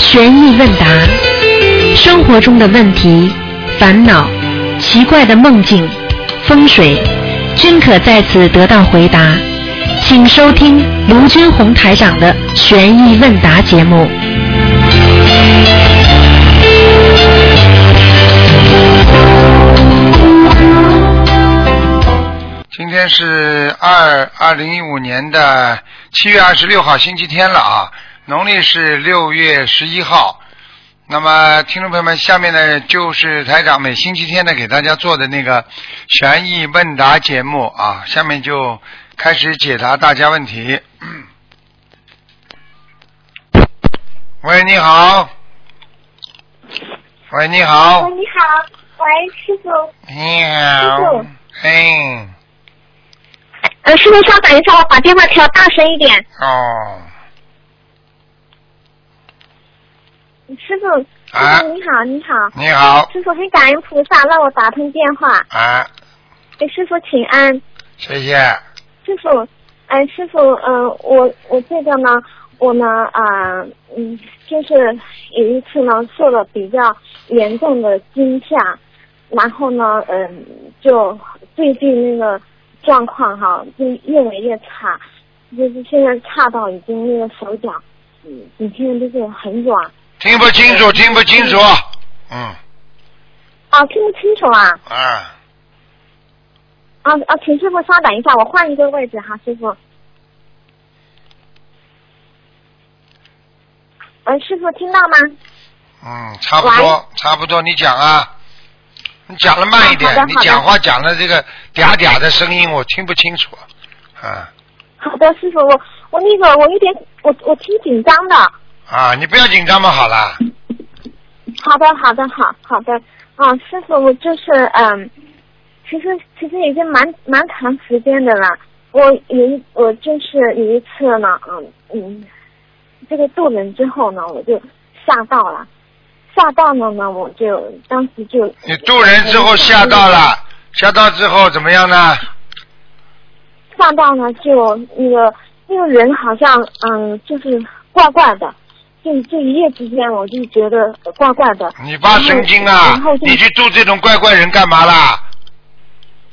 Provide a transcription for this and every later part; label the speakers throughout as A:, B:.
A: 悬疑问答，生活中的问题、烦恼、奇怪的梦境、风水，均可在此得到回答。请收听卢军红台长的悬疑问答节目。
B: 今天是二二零一五年的七月二十六号，星期天了啊，农历是六月十一号。那么，听众朋友们，下面呢就是台长每星期天呢给大家做的那个悬疑问答节目啊，下面就开始解答大家问题。嗯喂，你好。喂，你好
C: 喂，。哎你好，喂，师傅。
B: 你好
C: 师。
B: 哎，
C: 呃，师傅，稍等一下，我把电话调大声一点。
B: 哦，
C: 师傅，师
B: 啊
C: 傅你好，你好。
B: 你好，
C: 师傅，很感恩菩萨让我打通电话。
B: 啊。
C: 给师傅请安。
B: 谢谢。
C: 师傅，哎，师傅，嗯、我我这个呢，我呢啊、嗯，就是有一次呢受了比较严重的惊吓，然后呢，嗯、就最近那个状况哈，就越来越差，就是现在差到已经那个手脚，嗯，你现在就是很软呃
B: 听不清楚，听不清楚。嗯
C: 啊，听不清楚啊，
B: 啊，
C: 啊啊，请师傅稍等一下，我换一个位置哈，师傅。呃，师傅听到吗？
B: 嗯，差不多，差不多。你讲啊，你讲的慢一点，
C: 啊好的
B: 你
C: 好的
B: 讲话讲的这个嗲嗲的声音我听不清楚。啊
C: 好的，师傅，我我那个我有点我我挺紧张的。
B: 啊，你不要紧张嘛，好啦。
C: 好的，好的，好好的。啊，师傅，我就是嗯，其实其实已经蛮蛮长时间的了。我有一我就是有一次呢，嗯嗯，这个渡人之后呢，我就吓到了，吓到了呢，我就当时就
B: 你渡人之后吓到
C: 嗯
B: 了，吓到之后怎么样呢？
C: 吓到呢，就那个那个人好像嗯，就是怪怪的，就就一夜之间我就觉得怪怪的。
B: 你发神经啊
C: 嗯然后！就
B: 你去渡这种怪怪人干嘛啦？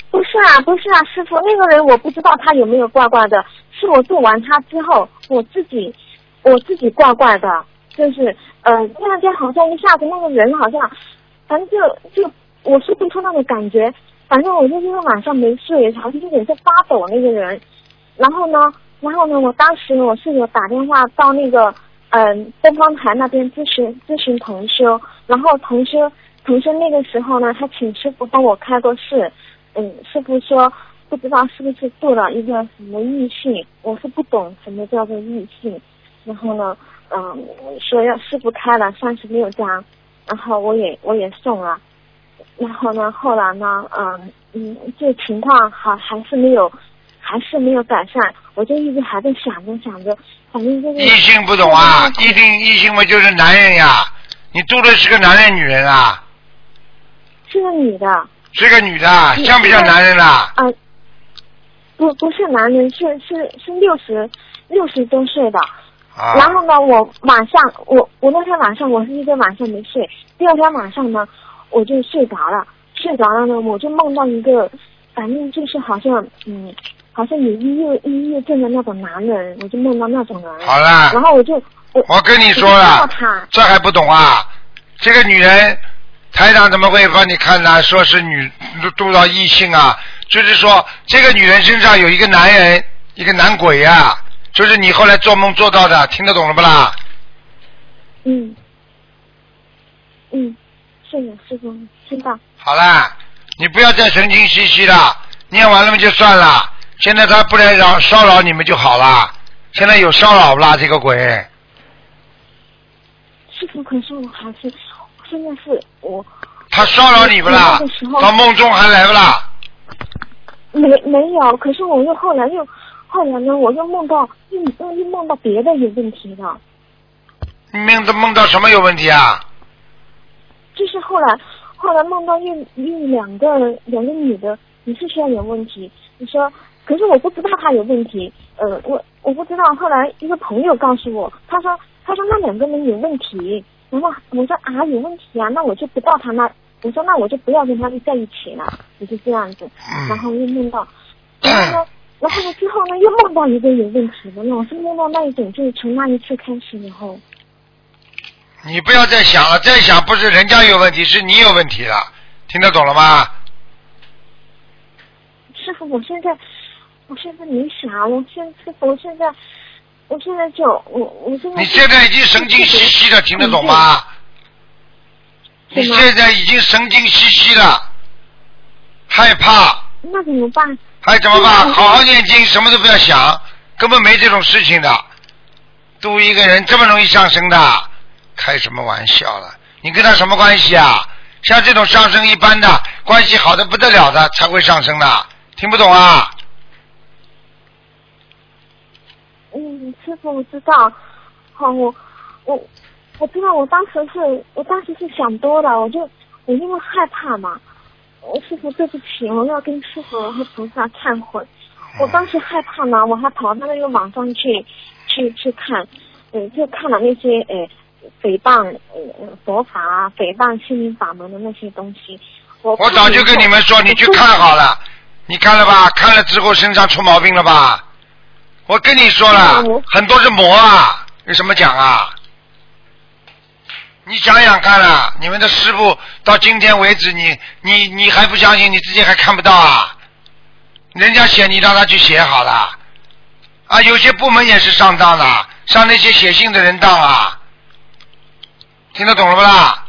C: 不是啊，不是啊，师傅，那个人我不知道他有没有怪怪的，是我做完他之后，我自己我自己怪怪的，就是呃，突然间好像一下子那个人好像，反正就就我说不出那种感觉，反正我就是晚上没睡，好像有点在发抖那个人，然后呢，然后呢，我当时呢，我是有打电话到那个嗯、东方台那边咨询咨询同修，然后同修同修那个时候呢，他请师傅帮我开过示，嗯，师傅说不知道是不是做了一个什么异性，我是不懂什么叫做异性，然后呢，嗯，说要师傅开了三十六张，然后我也我也送了。然后呢，后来呢，嗯嗯，这情况好还是没有，还是没有改善，我就一直还在想着想着，反正就是
B: 异性不懂
C: 嗯
B: 啊，异性异性嘛就是男人呀。你渡的是个男人女人啊？
C: 是个女的，
B: 是个女的啊，
C: 嗯
B: 像不像男人啦？
C: 啊，不不是男人，是是是六十六十多岁的。
B: 啊，
C: 然后呢，我晚上我我那天晚上我是一个晚上没睡，第二天晚上呢我就睡着了，睡着了呢我就梦到一个，反正就是好像嗯，好像有抑郁抑郁症的那种男人，我就梦到那种人。
B: 好啦
C: 然，后我就我
B: 我跟你说啊
C: 我
B: 了
C: 就看到他，
B: 这还不懂啊？这个女人，台长怎么会帮你看呢、说是女渡到异性啊？就是说，这个女人身上有一个男人，一个男鬼呀、啊，就是你后来做梦做到的，听得懂了不啦？
C: 嗯嗯，是的，师傅听到。
B: 好啦，你不要再神经兮兮了，念完了嘛就算了。现在他不来扰骚扰你们就好啦。现在有骚扰不啦？这个鬼，
C: 师傅，可是我还是现在是我
B: 他骚扰你不啦
C: 那个时？候
B: 到梦中还来不啦？
C: 没没有，可是我又后来又后来呢，我又梦到又又又梦到别的有问题了，
B: 梦到梦到什么有问题啊？
C: 就是后来后来梦到又又两个两个女的，你是说有问题？你说可是我不知道他有问题，呃，我我不知道。后来一个朋友告诉我，他说他说那两个人有问题，然后我说啊有问题啊，那我就不到他那，我说那我就不要跟他在一起了，也就这样子。然后又梦到，然后呢，然后呢之后呢又梦到一个有问题的，老是梦到那一种，就是从那一次开始以后，
B: 你不要再想了，再想不是人家有问题，是你有问题了，听得懂了吗？
C: 师傅我现在我现在没啥，我现师傅我现在我现在就我我现在
B: 你现在已经神经兮兮的，听得懂吗？你
C: 是吗
B: 现在已经神经兮兮了，害怕，
C: 嗯那怎么办？
B: 还怎么办？
C: 嗯
B: 好好念经，什么都不要想，根本没这种事情的。度一个人这么容易上升的，开什么玩笑了？你跟他什么关系啊？像这种上升一般的，关系好的不得了的才会上升的，听不懂啊？
C: 嗯，师傅，我知道。好，我我我知道，我当时是我当时是想多了，我就我因为害怕嘛。我师傅，对不起，我要跟师傅和菩萨忏悔。
B: 嗯
C: 我当时害怕嘛，我还跑到那个网上去去去看，嗯，就看了那些呃诽谤呃佛法啊、诽谤心灵法门的那些东西。我
B: 我早就跟你们说，你去看好
C: 了。
B: 了，你看了吧？看了之后身上出毛病了吧？我跟你说了
C: 嗯我，
B: 很多是魔啊，有什么讲啊？你想想看啊，你们的师傅到今天为止，你你你还不相信，你自己还看不到啊？人家写你让他去写好了，啊，有些部门也是上当的，上那些写信的人当啊，听得懂了不啦？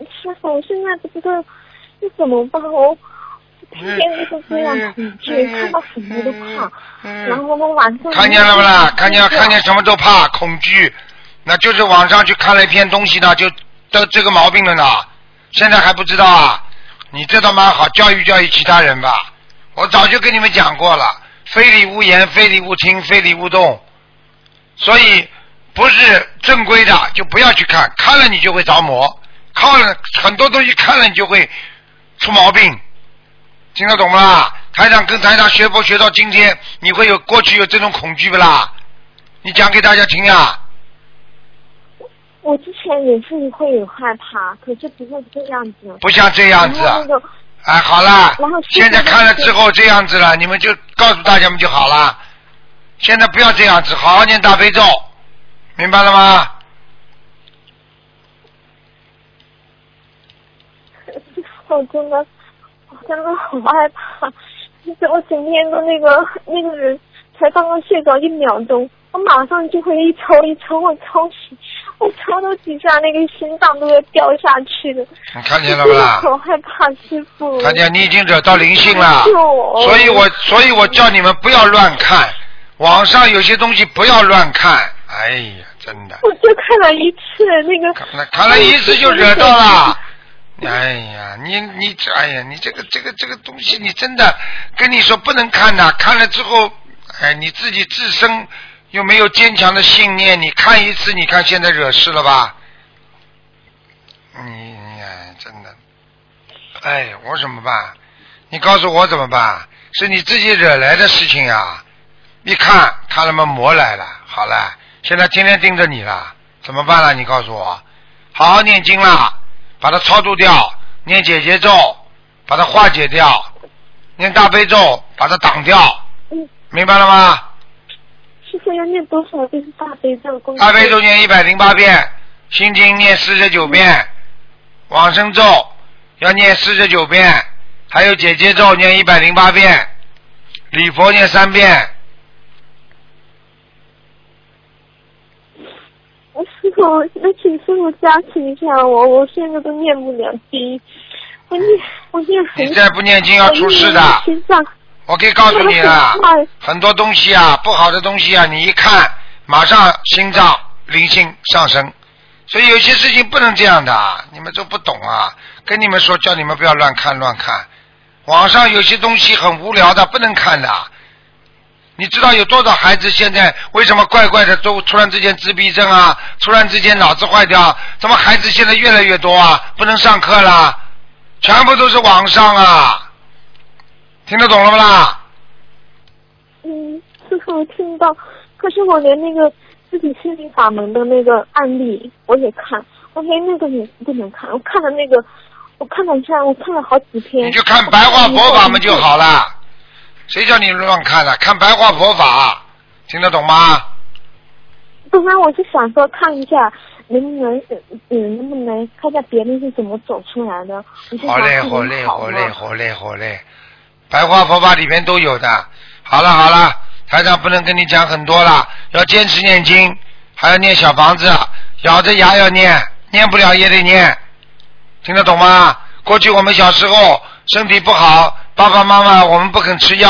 C: 师傅，我现在不知道要怎么办，我天天
B: 哎
C: 都是这样恐惧，看到什么都怕，然后我晚上
B: 哎看见了不啦？嗯看见看见什么都怕，恐惧，那就是网上去看了一篇东西呢，就得这个毛病了呢。现在还不知道啊？你这倒蛮好，教育教育其他人吧。我早就跟你们讲过了，非礼勿言，非礼勿听，非礼勿动。所以不是正规的就不要去看，看了你就会着魔，看了很多东西看了你就会出毛病。听得懂不啦？台长跟台长学佛学到今天，你会有过去有这种恐惧不啦？你讲给大家听呀。
C: 我之前也是会有害怕，可是不会这样子。
B: 不像这样子
C: 然后那个
B: 哎，好啦
C: 然后，师傅
B: 现在看了之后这样子了，你们就告诉大家们就好了。现在不要这样子，好好念大悲咒，明白了吗？
C: 师傅真的，我真的好害怕，就是我整天都那个那个人才刚刚睡着一秒钟，我马上就会一抽一抽，我抽起，我抽都几下，那个心脏都要掉下去了。
B: 你看见了不啦？
C: 我好害怕师傅。
B: 看见你已经惹到灵性了，
C: 就
B: 所以我所以我叫你们不要乱看，网上有些东西不要乱看。哎呀，真的。
C: 我就看了一次那个。
B: 看了看了一次就惹到了。哎呀，你你这哎呀，你这个这个这个东西，你真的跟你说不能看呐、看了之后，哎，你自己自身又没有坚强的信念，你看一次，你看现在惹事了吧？你哎，真的，哎，我怎么办？你告诉我怎么办？是你自己惹来的事情啊！一看看了吗？魔来了，好了，现在天天盯着你了，怎么办了？啊你告诉我，好好念经啦，把它超度掉，念解结咒，把它化解掉，念大悲咒，把它挡掉，
C: 嗯，
B: 明白了吗？
C: 师傅要念多少遍大悲咒功？
B: 大悲咒。念一百零八遍，心经念四十九遍，往生咒要念四十九遍，还有解结咒念一百零八遍，礼佛念三遍。
C: 师傅，那请师傅加持一下我，我现在都念不了经，我念我念很
B: 你。再不念经要出事的。
C: 我一念心脏。
B: 我可以告诉你啊
C: 我的天，
B: 很多东西啊，不好的东西啊，你一看，马上心脏灵性上升，所以有些事情不能这样的啊，你们都不懂啊。跟你们说，叫你们不要乱看乱看，网上有些东西很无聊的，不能看的。啊你知道有多少孩子现在为什么怪怪的都突然之间自闭症啊，突然之间脑子坏掉？怎么孩子现在越来越多啊？不能上课啦，全部都是网上啊，听得懂了不啦？
C: 嗯，师傅我听到，可是我连那个自己心灵法门的那个案例我也看，我连那个也不能看，我看了那个，我看了一下，我看了好几篇。
B: 你就看白话佛法嘛就好
C: 了。
B: 啦。谁叫你乱看的、看白话佛法，听得懂吗？
C: 本来我是想说看一下能不能，嗯，能不能看一下别人是怎么走出来的。我就想
B: 好嘞，
C: 看
B: 好
C: 能
B: 嘞，
C: 好
B: 好
C: 吗
B: 嘞，好嘞，好嘞。白话佛法里面都有的。好了好了，台长不能跟你讲很多了，要坚持念经，还要念小房子，咬着牙要念，念不了也得念，听得懂吗？过去我们小时候身体不好，爸爸妈妈我们不肯吃药，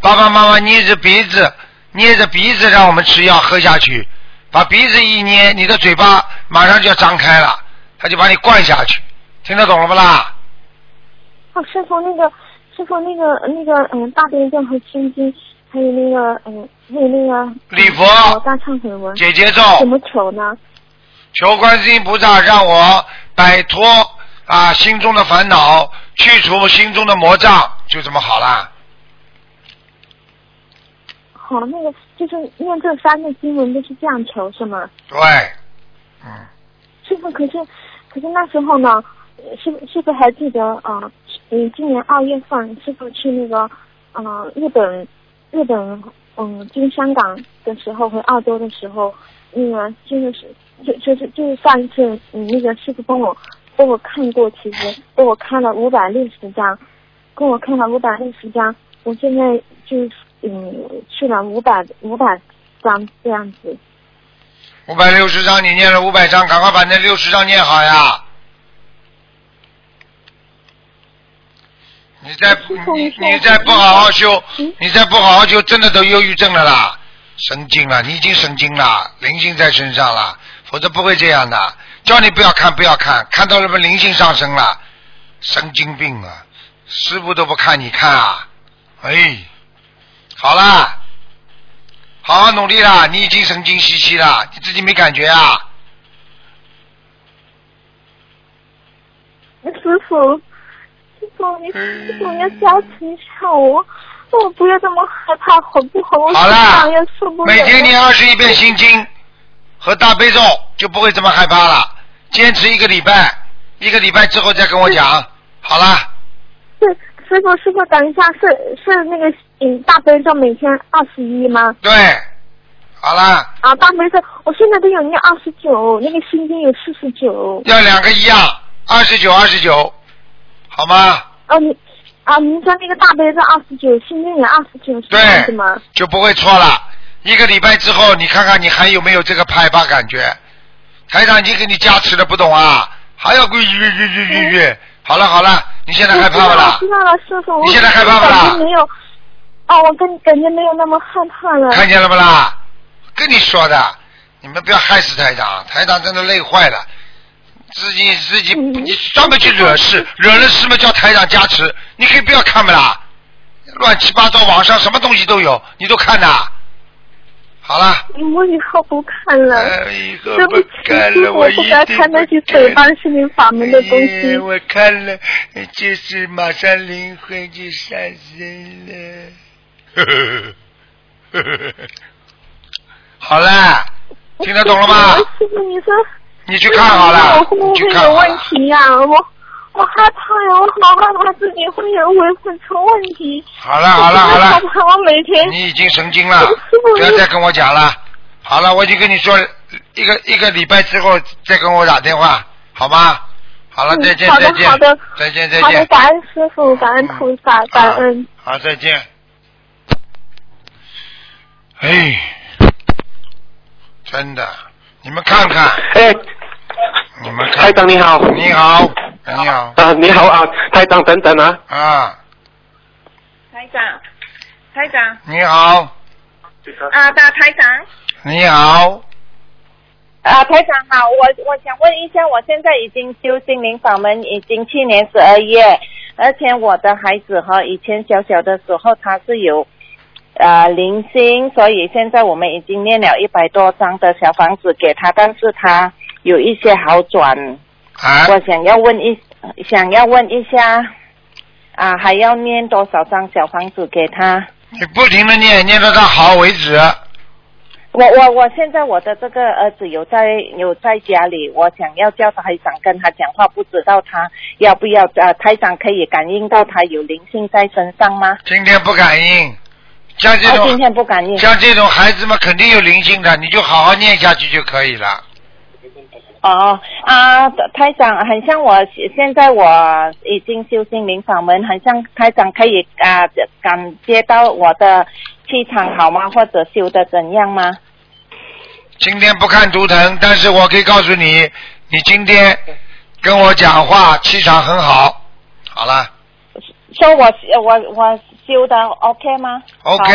B: 爸爸妈妈捏着鼻子捏着鼻子让我们吃药喝下去，把鼻子一捏，你的嘴巴马上就要张开了，他就把你灌下去，听得懂了不啦？
C: 哦，师傅那个，师傅那个那个，嗯，大悲咒和心经，还有那个，嗯，还有那个
B: 礼佛
C: 嗯大忏悔文，
B: 姐姐咒，
C: 怎么求呢？
B: 求观世音菩萨让我摆脱啊心中的烦恼，去除心中的魔障，就这么好啦。
C: 好，那个就是念这三个经文都是这样求是吗？
B: 对，嗯，
C: 师傅，可是可是那时候呢，呃师傅师傅还记得啊，呃嗯，今年二月份师傅去那个呃日本日本嗯经香港的时候回澳洲的时候，那个就是就就是就是上一次嗯那个师傅帮我帮我看过，其实帮我看了五百六十张，跟我看了五百六十张，我现在就嗯去了五百五百张这样子。
B: 五百六十章你念了五百章，赶快把那六十章念好呀。你再
C: 师父
B: 你
C: 你说
B: 你再不好好修
C: 嗯，
B: 你再不好好修，真的都忧郁症了啦，神经了，你已经神经了，灵性在身上了，否则不会这样的。叫你不要看，不要看，看到了不灵性上升了，神经病啊！师傅都不看，你看啊，哎，好啦，好好努力啦，你已经神经兮兮啦，你自己没感觉啊？
C: 师傅，师傅，你
B: 嗯
C: 师傅你要加持一下我，我不要这么害怕，好不好？我
B: 好啦
C: 想要受不了。
B: 每天念二十一遍心经和大悲咒，就不会这么害怕了。坚持一个礼拜，一个礼拜之后再跟我讲。好啦，
C: 是师傅，师傅，等一下，是是那个嗯大悲咒每天二十一吗？
B: 对，好啦，
C: 啊，大悲咒，我现在都有念二十九，那个心经有四十九。
B: 要两个一样，二十九二十九，好吗？
C: 啊，你啊，您说那个大悲咒二十九，心经也二十九，是这样子吗？
B: 就不会错了。一个礼拜之后，你看看你还有没有这个害怕感觉？台长已经给你加持了，不懂啊？还要归越越越越越。好了好了，你现在害怕不啦
C: 嗯我？知道了，师傅。我
B: 你现在害怕不啦
C: 感觉没有，哦，我跟感觉没有那么害怕了。
B: 看见了不啦？跟你说的，你们不要害死台长，台长真的累坏了，自己自己
C: 嗯
B: 你专门去惹事，惹了事嘛叫台长加持，你可以不要看不啦？乱七八糟，网上什么东西都有，你都看呐？好了，
C: 嗯我以后不看了。
B: 哎一个
C: 对不起，
B: 看
C: 师
B: 了，
C: 傅，我
B: 一
C: 不
B: 定
C: 该看那些
B: 不
C: 诽
B: 看
C: 谤心灵法门的东西
B: 哎。我看了，就是马上灵魂就上身了。呵呵呵呵呵 好了，听得懂了吗？
C: 师傅，你说
B: 你去看好了
C: 我，会不
B: 你去
C: 会
B: 看好
C: 有问
B: 了。
C: 题呀、我我害怕呀，我好害怕自己会有会会出问题。
B: 好了好了好
C: 我害
B: 了，
C: 怕我每天
B: 你已经神经了
C: 师傅，
B: 不要再跟我讲了。好了，我已经跟你说一个一个礼拜之后再跟我打电话，好吗？好了，
C: 嗯
B: 再见
C: 好的
B: 再见
C: 好的
B: 再见再
C: 好的
B: 见。
C: 感恩师傅，感恩菩萨，感恩。
B: 啊。好，再见。哎，真的，你们看看，
D: 哎，
B: 你们
D: 台
B: 看。
D: 长你好。
B: 你好，你好
D: 啊，你好啊，台长，等等啊，
B: 啊，
E: 台长，台长
B: 你好，
E: 啊，大台长
B: 你好，
E: 啊，台长好，我我想问一下，我现在已经修心灵法门，已经去年十二月，而且我的孩子和以前小小的时候他是有呃零星，所以现在我们已经念了一百多张的小房子给他，但是他有一些好转，
B: 啊，
E: 我想要问一想要问一下，啊，还要念多少张小房子给他？
B: 你不停的念，念到他好为止。
E: 我我我现在我的这个儿子有在有在家里，我想要叫台长跟他讲话，不知道他要不要呃，台长可以感应到他有灵性在身上吗？
B: 今天不感应，像这
E: 他、
B: 种、
E: 今天不感应。
B: 像这种孩子们肯定有灵性的，你就好好念下去就可以了。
E: 哦啊，台长，很像我现在我已经修心灵法门，很像台长可以啊感觉到我的气场好吗？或者修的怎样吗？
B: 今天不看图腾，但是我可以告诉你，你今天跟我讲话气场很好。好了
E: 说我我我修的 OK 吗好吗
B: ，OK，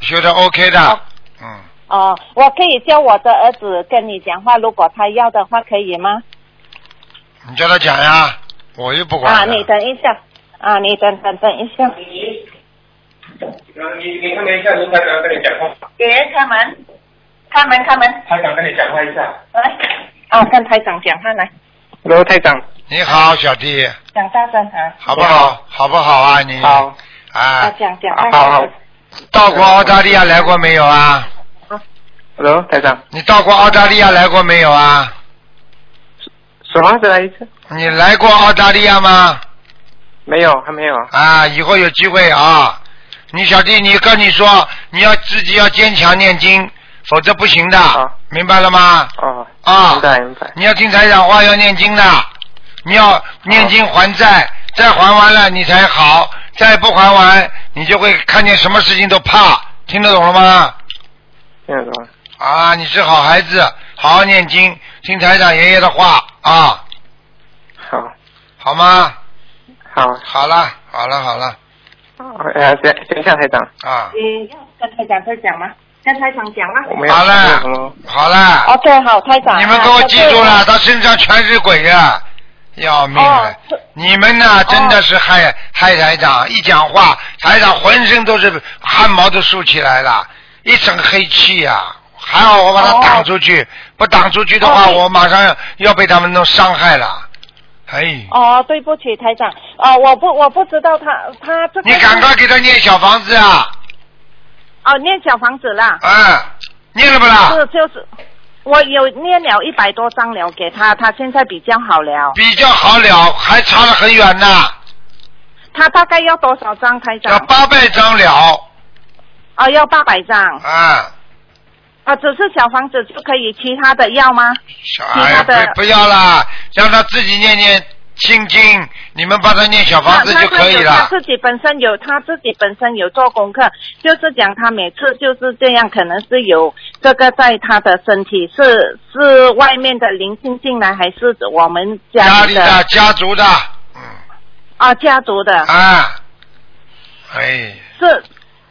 B: 学的 OK 的
E: 好，
B: 嗯，
E: 哦，我可以叫我的儿子跟你讲话，如果他要的话，可以吗？
B: 你叫他讲呀，我又不管
E: 啊，
B: 了
E: 你等一下，啊，你等等等一下。
D: 然后你你看一下卢台长跟你讲话，
E: 给人开门，开门开门，
D: 台长跟你讲话一下。
E: 来，啊，跟台长讲话来，
D: 卢台长，
B: 你好，小弟，
E: 讲大声啊，
B: 好不好？好不好啊？你
D: 好，
E: 啊
B: 啊，
E: 讲讲
D: 好
E: 大声。
D: 好好。
B: 到过澳大利亚来过没有啊？
D: 卢台长，
B: 你到过澳大利亚来过没有啊？
D: 什么？再来一次？
B: 你来过澳大利亚吗？
D: 没有，哦还没有。
B: 啊，以后有机会啊。你小弟，你跟你说，你要自己要坚强念经，否则不行的，
D: 好
B: 明白了吗？
D: 哦，
B: 啊
D: 明白明白。
B: 你要听台长话，要念经的，你要念经还债，债还完了你才好，再不还完，你就会看见什么事情都怕，听得懂了吗？
D: 听得懂。
B: 啊，你是好孩子，好好念经，听台长爷爷的话啊，
D: 好，
B: 好吗？
D: 好，
B: 好了，好了，好了
D: 呃，等等一下，台长，
B: 啊，
E: 嗯，要跟台长再讲吗？跟台长讲啊。
D: 我没有。
B: 好
D: 没有什
B: 了
D: 么，
B: 好了。
E: OK，好，台长。
B: 你们给我记住
E: 啊
B: 了，。他身上全是鬼啊，要命了！
E: 哦是
B: 你们呐，真的是害、害台长，一讲话，台长浑身都是汗毛都竖起来了，一身黑气呀、还好我把他
E: 哦
B: 挡出去，不挡出去的话，
E: 哦
B: 我马上要被他们弄伤害了。哎，
E: 哦，对不起，台长。哦，我不，我不知道他他这个。
B: 你赶快给他念小房子啊！
E: 哦，念小房子啦。
B: 嗯，念了不啦？
E: 是就是，我有念了一百多张了给他，他现在比较好了。
B: 比较好了，还差得很远呢，
E: 他大概要多少张，台
B: 要
E: 长？
B: 八百张了
E: 哦，要八百张。
B: 啊！
E: 啊，只是小房子就可以，其他的要吗？
B: 小
E: 其
B: 哎
E: 他
B: 呀，
E: 的
B: 不不要啦，让他自己念念心经，你们帮他念小房子
E: 那
B: 就可以
E: 他他有他
B: 了。
E: 自己本身有，他自己本身有做功课，就是讲他每次就是这样，可能是有这个在他的身体是是外面的灵性进来，还是我们
B: 家
E: 家
B: 里
E: 的
B: 的、家族的，嗯
E: 啊家族的？
B: 啊，哎，
E: 是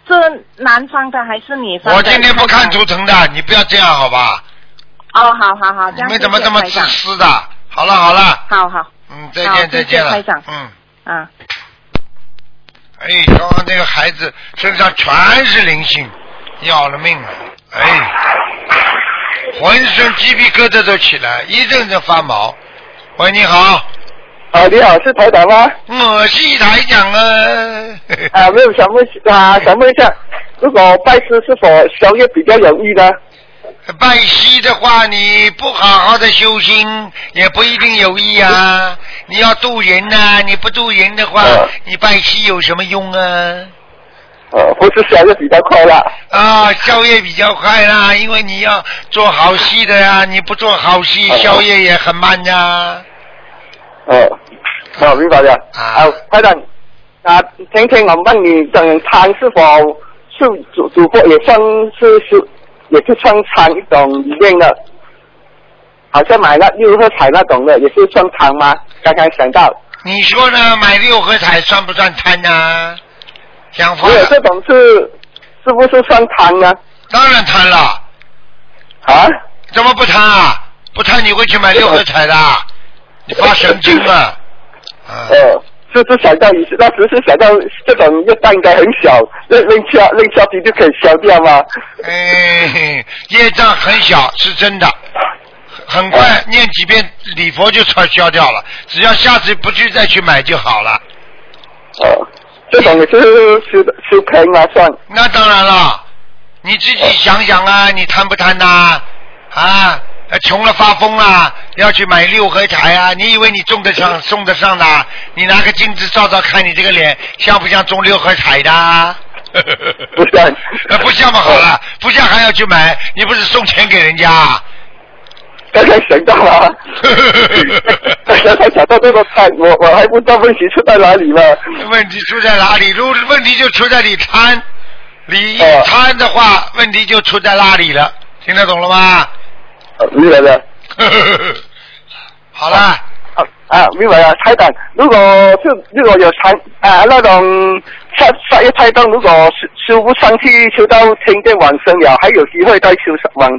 E: 是男方的还是女方的？
B: 我今天不看
E: 台长
B: 图腾的，你不要这样好吧？
E: 哦，好好好，这
B: 你
E: 样
B: 们怎么
E: 谢谢
B: 这么
E: 台
B: 自
E: 长
B: 私的？好了好了，
E: 好好
B: 嗯，再
E: 好
B: 见再
E: 谢谢
B: 见了
E: 台长，
B: 嗯。
E: 啊，
B: 哎，刚刚那个孩子身上全是灵性，要了命了！ 哎，浑身鸡皮疙瘩都起来，一阵阵发毛。喂，你好，
F: 啊，你好，是台长 吗？
B: 我是台长啊。
F: 啊，没有想问啊，想问一下，如果拜师是否宵夜比较容易呢？
B: 拜师的话，你不好好的修心，也不一定有益啊。你要渡人呐、你不渡人的话
F: 嗯，
B: 你拜师有什么用啊？
F: 呃，不是宵夜比较快啦。
B: 啊，宵夜比较快啦，因为你要做好戏的呀，你不做好戏，
F: 哦
B: 宵夜也很慢啊呀。
F: 呃，好、明白了。
B: 啊
F: 啊，台长，啊，今天我问你，整餐是否是主主播也算是是，也是算餐一种里面的，好像买那六合彩那种的，也是算餐吗？刚刚想到，
B: 你说呢？买六合彩算不算贪呢、想法
F: 如果这种是是不是算餐呢？
B: 当然贪了，
F: 啊？
B: 怎么不贪啊？不贪你会去买六合彩的？啊你发神经啊！啊，
F: 呃，就是想到以前，那时是想到这种热蛋应该很小，扔扔下扔下去就可以消掉吗？
B: 哎，业障很小是真的，很快念几遍礼佛就消消掉了，只要下次不去再去买就好了。
F: 呃，这种也是吃吃可以吗？算
B: 那当然了，你自己想想啊，你贪不贪呐、啊？呃穷了发疯啊，要去买六合彩啊！你以为你中得上送得上的？你拿个镜子照照看，你这个脸像不像中六合彩的啊？
F: 不像
B: 呃不像嘛好了，不像还要去买，你不是送钱给人家啊？
F: 刚才想到了，刚才想到这个菜，我我还不知道问题出在哪里呢。
B: 问题出在哪里？如问题就出在你贪，你一
F: 哦
B: 贪的话，问题就出在那里了。听得懂了吗？
F: 呃明白了。
B: 好了，
F: 啊啊，明白了，台长，如果是如果有台啊那种下下一胎动，如果修修不上去，修到听见往生了，还有机会再修上往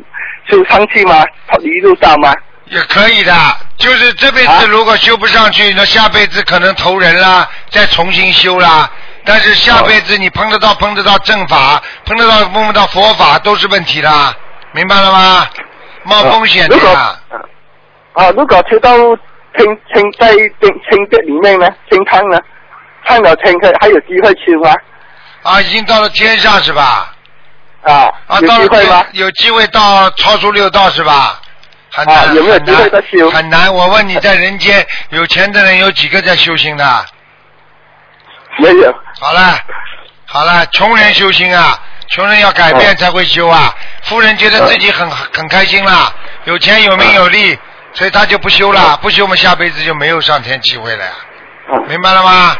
F: 修上去吗？脱离路上吗？
B: 也可以的。就是这辈
F: 啊
B: 子如果修不上去，那下辈子可能投人啦，再重新修啦。但是下辈子你碰得到碰得到正法，碰得到碰不到佛法都是问题啦，明白了吗？冒风险的
F: 如果
B: 啦。
F: 啊，如果修到听听在听听这里面呢，听汤呢，看了听可还有机会修吗？
B: 啊，已经到了天上是吧？
F: 啊，
B: 啊，
F: 有
B: 到了
F: 机会吗？
B: 有机会到超出六道是吧？很难，
F: 啊有没有机会
B: 很难
F: 再修
B: 很难。我问你，在人间有钱的人有几个在修行的？
F: 没有，
B: 好了，好了，穷人修心啊，穷人要改变才会修啊。富人觉得自己很很开心啦，有钱有
F: 啊
B: 名有利，所以他就不修了，不修我们下辈子就没有上天机会了呀，
F: 啊
B: 明白了吗？
F: 啊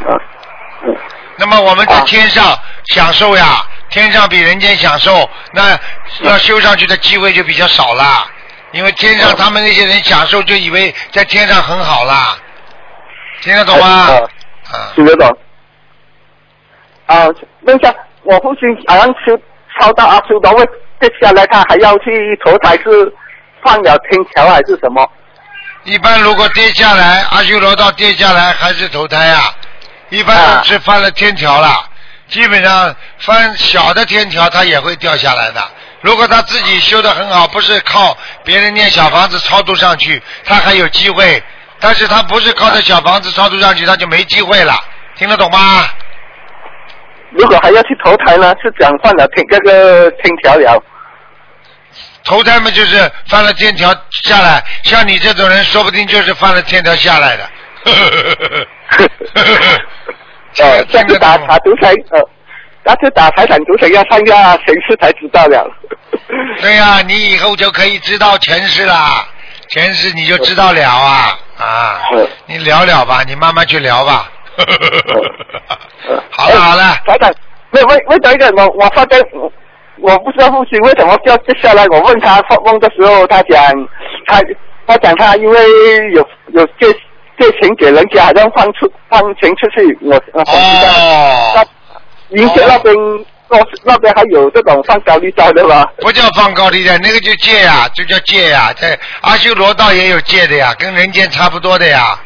F: 嗯
B: 那么我们在
F: 啊
B: 天上享受呀，天上比人间享受，那要修上去的机会就比较少啦。因为天上他们那些人享受，就以为在天上很好啦，听得懂吗？
F: 啊
B: 啊，
F: 听得懂。啊，问一下，我父亲好像修超到阿修罗位，接下来他还要去投胎是放了天桥还是什么？
B: 一般如果跌下来，阿修罗道跌下来还是投胎啊，一般
F: 啊
B: 是翻了天条了，基本上翻小的天条他也会掉下来的。如果他自己修得很好，不是靠别人念小房子超度上去，他还有机会；但是他不是靠着小房子超度上去，他就没机会了。听得懂吗？
F: 如果还要去投胎呢，是讲放了天这个天条了。
B: 投胎嘛，就是翻了天条下来，像你这种人，说不定就是翻了天条下来的。
F: 呃，
B: 这
F: 下
B: 个
F: 次打
B: 懂吗
F: 打赌神，呃，下次打财产赌神要参加谁是才知道了。
B: 对呀、你以后就可以知道前世啦，前世你就知道了 啊啊
F: 是！
B: 你聊聊吧，你慢慢去聊 吧。
F: 呃
B: 好了好了，
F: 台长，为为为什么我我发现我我不知道父亲为什么要接下来，我问他发梦的时哦候，他讲他他讲他因为有有借借钱给人家，让放出放钱出去，我我想知道，
B: 哦，
F: 银行那边那那边还有这种放高利贷的吗？
B: 不叫放高利贷，那个就借呀、就叫借呀、在阿修罗道也有借的呀，跟人间差不多的呀。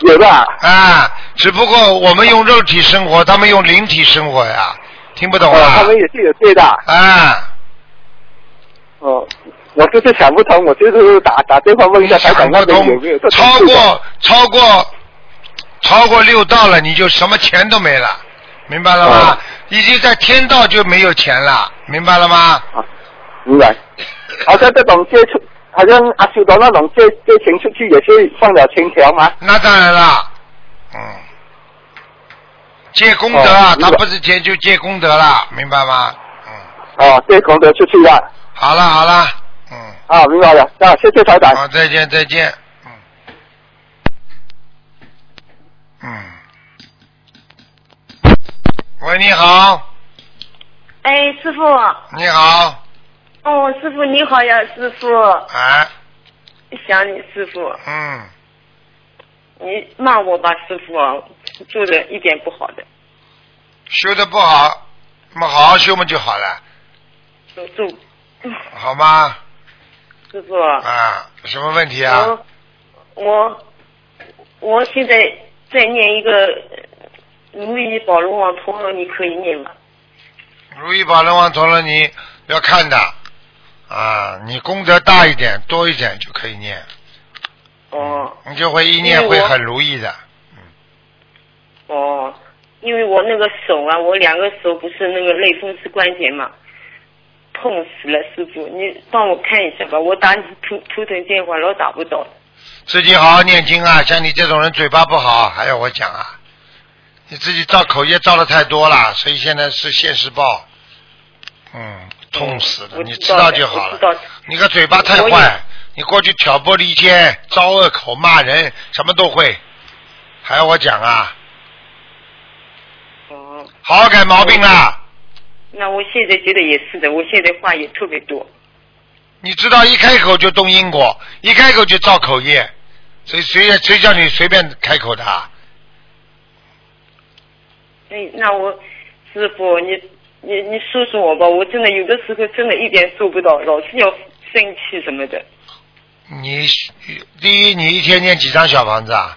F: 有的啊，
B: 啊，只不过我们用肉体生活，他们用灵体生活呀，听不懂
F: 呃
B: 啊
F: 他？们也是有借的啊。
B: 啊，
F: 哦，我就是想不通，我就是打打电话问一下台长那边有没有这种
B: 超
F: 事情
B: 过超过超过六道了，你就什么钱都没了，明白了吗
F: 啊？
B: 已经在天道就没有钱了，明白了吗？
F: 啊明白。好像这种借出，好像阿修罗那种借借钱出去也是放了欠条吗？
B: 那当然了，嗯，借功德啊
F: 哦，明
B: 他
F: 白
B: 不是钱就借功德了，明白吗？嗯，
F: 哦，借功德出去了。
B: 好了好了，嗯，
F: 啊，明白了。啊，谢谢台长。
B: 好，再见再见，嗯，嗯，喂，你好，
G: 哎，师傅，
B: 你好，
G: 哦，师傅你好呀，师傅，
B: 哎，
G: 想你师傅，
B: 嗯。
G: 你骂我吧，师傅，做的一点不好的，
B: 修的不好，那么好好修嘛就好了，
G: 做做，
B: 好吗？
G: 师傅，我
B: 啊，有什么问题
G: 嗯
B: 啊？
G: 我我现在在念一个呃如意宝龙王陀罗尼，可以念吗？
B: 如意宝轮王陀罗尼要看的，啊，你功德大一点、多一点就可以念，
G: 哦
B: 你就会一念
G: 因
B: 会
G: 为我
B: 很如意的。
G: 哦，因为我那个手啊，我两个手不是那个类风湿关节嘛，痛死了，师傅，你帮我看一下吧，我打你图图腾电话老打不到。
B: 自己好好念经啊！像你这种人嘴巴不好，还要我讲啊？你自己造口业造的太多了，所以现在是现世报。嗯，痛死了！
G: 我
B: 你
G: 知
B: 知
G: 道
B: 道
G: 的
B: 就好
G: 我知道
B: 了
G: 的。
B: 你个嘴巴太
G: 我
B: 坏
G: 也，
B: 你过去挑拨离间、招恶口、骂人，什么都会，还要我讲啊？
G: 哦，
B: 好好改毛病啊啦！
G: 嗯那我现在觉得也是的，我现在话也特别多。
B: 你知道一开口就动因果，一开口就造口业，谁谁谁叫你随便开口的啊？
G: 哎，那我师傅，你你你说说我吧，我真的有的时候真的一点做不到，老是要生气什么的。
B: 你第一，你一天念几张小房子啊？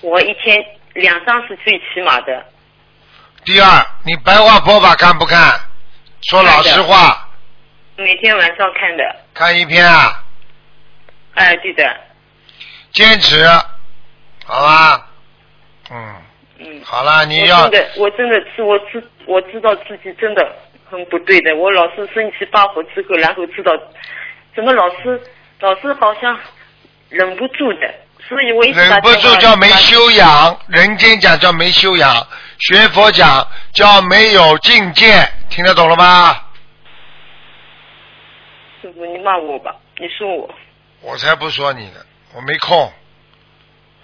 G: 我一天两张是最起码的，
B: 第二，你白话佛法看不看？说老实话，
G: 每天晚上看的。
B: 看一篇啊，
G: 哎，对的，
B: 坚持，好吧？嗯，
G: 嗯。
B: 好了，你
G: 我
B: 要
G: 真的，我真的是我知我知道自己真的很不对的，我老是生气发火之后，然后知道怎么老是老是好像忍不住的，所以我一直
B: 忍
G: 打
B: 不
G: 电
B: 住
G: 话
B: 叫没
G: 打
B: 修养，人间讲叫没修养，学佛讲叫没有境界，听得懂了吗？
G: 师傅，你骂我吧，你说我，
B: 我才不说你呢，我没空，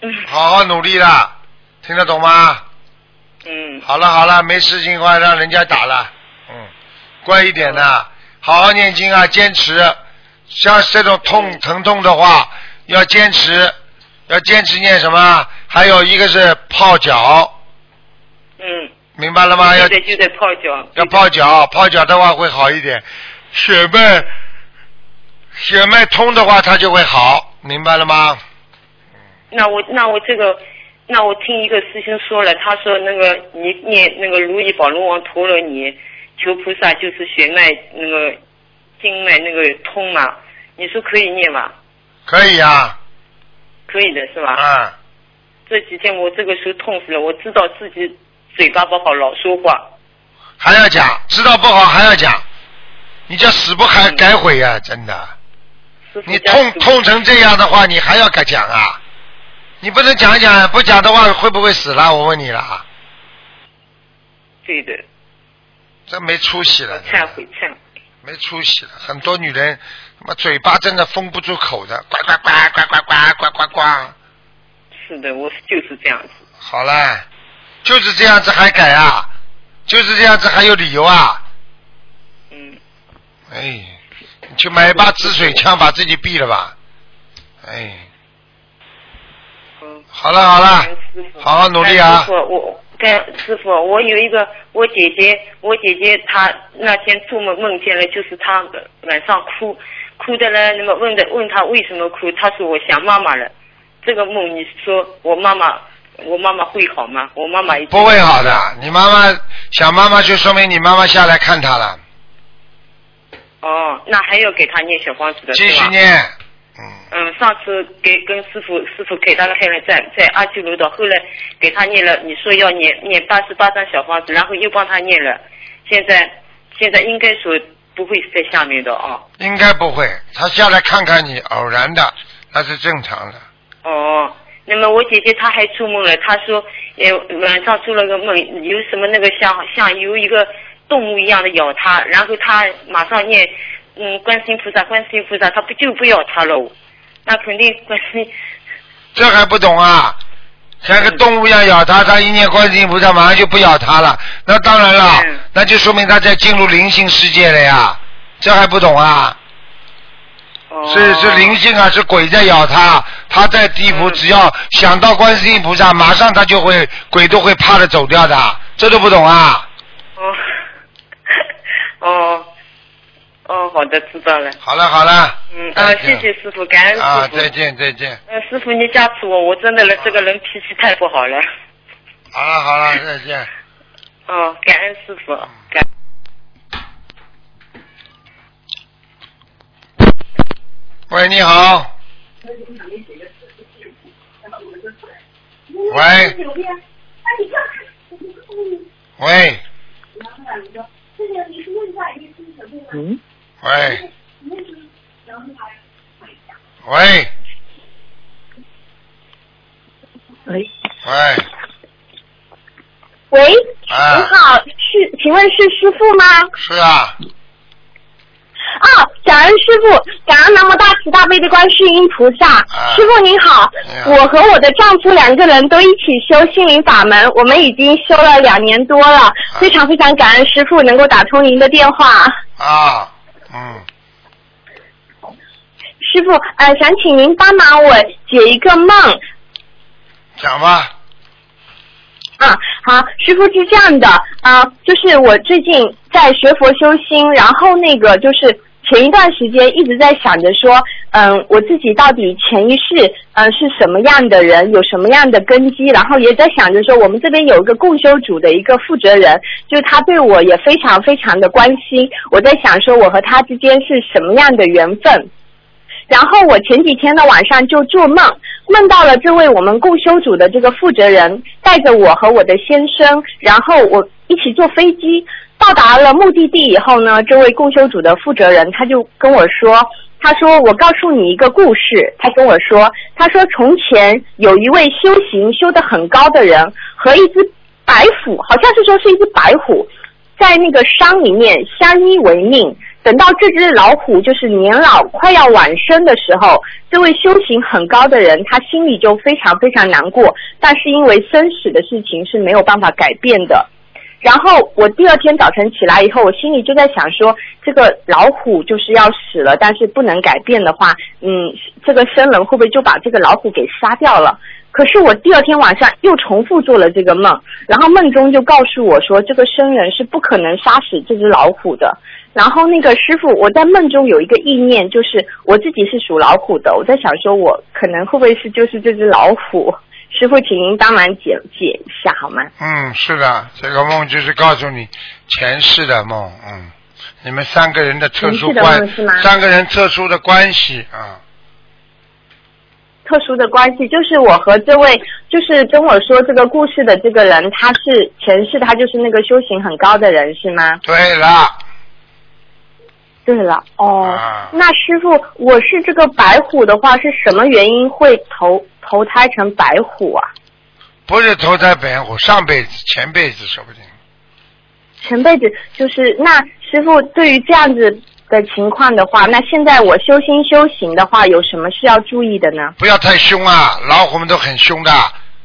G: 嗯
B: 好好努力啦，听得懂吗？
G: 嗯，
B: 好了好了，没事情的话让人家打了，嗯，乖一点呐、好好念经啊，坚持。像这种痛疼痛的话，要坚持，要坚持念什么？还有一个是泡脚，
G: 嗯，
B: 明白了吗？要
G: 现在就在泡脚，
B: 要泡脚，泡脚的话会好一点。血脉血脉通的话，它就会好，明白了吗？
G: 那我那我这个，那我听一个师兄说了，他说那个你念那个如意宝龙王陀罗尼，求菩萨就是血脉那个经脉那个通嘛，你说可以念吗？
B: 可以啊，
G: 可以的是吧？
B: 嗯，
G: 这几天我这个时候痛死了，我知道自己嘴巴不好，老说话。
B: 还要讲，知道不好还要讲，你这死不改改悔呀、真的。
G: 嗯师父
B: 你
G: 加
B: 痛
G: 持
B: 痛成这样的话，你还要敢讲啊？你不能讲一讲，不讲的话会不会死了？我问你啊了，
G: 对的，
B: 这没出息了，
G: 忏悔忏悔。
B: 没出息了。很多女人，他妈嘴巴真的封不住口的，呱呱呱呱呱呱呱呱呱。
G: 是的，我就是这样子。
B: 好了，就是这样子还改啊？就是这样子还有理由啊？
G: 嗯，
B: 哎，你去买一把紫水枪把自己毙了吧？哎，
G: 嗯。
B: 好了好了
G: 感恩，师傅
B: 好好努力啊
G: 哎师！傅，我跟师傅，我有一个我姐姐，我姐姐她那天做梦梦见了，就是她晚上哭，哭的呢，那么问的问她为什么哭，她说我想妈妈了。这个梦你说我妈妈，我妈妈会好吗？我妈妈一定
B: 不会好的，你妈妈想妈妈就说明你妈妈下来看她了。
G: 哦，那还要给她念小房子的
B: 继
G: 是啊
B: 续
G: 吧？
B: 念，嗯，
G: 嗯，上次给跟师傅师傅给他的黑人在在阿修罗道，后来给他念了，你说要念念八十八张小房子，然后又帮他念了，现在现在应该说不会在下面的啊。
B: 应该不会，他下来看看你，偶然的，那是正常的。
G: 哦，那么我姐姐她还做梦了，她说，呃，晚上做了个梦，有什么那个像像有一个动物一样的咬她，然后她马上念，嗯，观世音菩萨，观世音菩萨，她不就不咬她喽？那肯定观世音，
B: 这还不懂啊？像个动物一样咬
G: 嗯
B: 他，他一念观世音菩萨，马上就不咬他了。那当然了
G: 嗯，
B: 那就说明他在进入灵性世界了呀。这还不懂啊？
G: 哦、
B: 是是灵性啊，是鬼在咬他。他在地府，
G: 嗯
B: 只要想到观世音菩萨，马上他就会鬼都会怕的走掉的。这都不懂啊？
G: 哦，哦，哦，好的，知道了。
B: 好了好了，
G: 嗯，啊
B: 再，
G: 谢
B: 见
G: 谢师傅，感恩师傅。
B: 啊，再见再见。
G: 呃，师傅，你加持我，我真的了，这个人脾气太不好了。
B: 好了好了，再见。
G: 哦，感恩师傅，感。
B: 喂，你好。喂，喂
C: 嗯，
B: 喂喂
C: 喂，
B: 喂，
H: 喂，
B: 啊
H: 你好，是请问是师傅吗？
B: 是啊，
H: 啊，感恩师傅，感恩南无大慈大悲的观世音菩萨。
B: 啊
H: 师傅您好，
B: 你好
H: 我和我的丈夫两个人都一起修心灵法门，我们已经修了两年多了，非常非常感恩师傅能够打通您的电话。
B: 啊，嗯，
H: 师傅，呃，想请您帮忙我解一个梦。
B: 讲吧，
H: 啊，好，师傅是这样的，啊，就是我最近在学佛修心，然后那个就是前一段时间一直在想着说，嗯，我自己到底前一世嗯是什么样的人，有什么样的根基，然后也在想着说，我们这边有一个共修组的一个负责人，就是他对我也非常非常的关心，我在想说我和他之间是什么样的缘分。然后我前几天的晚上就做梦，梦到了这位我们共修组的这个负责人，带着我和我的先生，然后我一起坐飞机到达了目的地以后呢，这位共修组的负责人他就跟我说，他说我告诉你一个故事，他跟我说，他说从前有一位修行修得很高的人和一只白虎，好像是说是一只白虎，在那个山里面相依为命。等到这只老虎就是年老快要晚生的时候，这位修行很高的人，他心里就非常非常难过。但是因为生死的事情是没有办法改变的。然后我第二天早晨起来以后，我心里就在想说，这个老虎就是要死了，但是不能改变的话，嗯，这个僧人会不会就把这个老虎给杀掉了？可是我第二天晚上又重复做了这个梦，然后梦中就告诉我说，这个僧人是不可能杀死这只老虎的。然后那个师傅，我在梦中有一个意念，就是我自己是属老虎的，我在想说，我可能会不会是就是这只老虎？ 师傅，请您帮忙解解一下好吗？
B: 嗯，是的，这个梦就是告诉你前世的梦，嗯，你们三个人的特殊
H: 前世的
B: 关
H: 梦是吗，
B: 三个人特殊的关系啊，
H: 特殊的关系，就是我和这位，就是跟我说这个故事的这个人，他是前世他就是那个修行很高的人，是吗？
B: 对了，
H: 对了，哦，
B: 啊
H: 那师傅，我是这个白虎的话，是什么原因会投投胎成白虎啊？
B: 不是投胎白虎，上辈子、前辈子说不定。
H: 前辈子就是那师傅对于这样子的情况的话，那现在我修心修行的话，有什么需要注意的呢？
B: 不要太凶啊，老虎们都很凶的，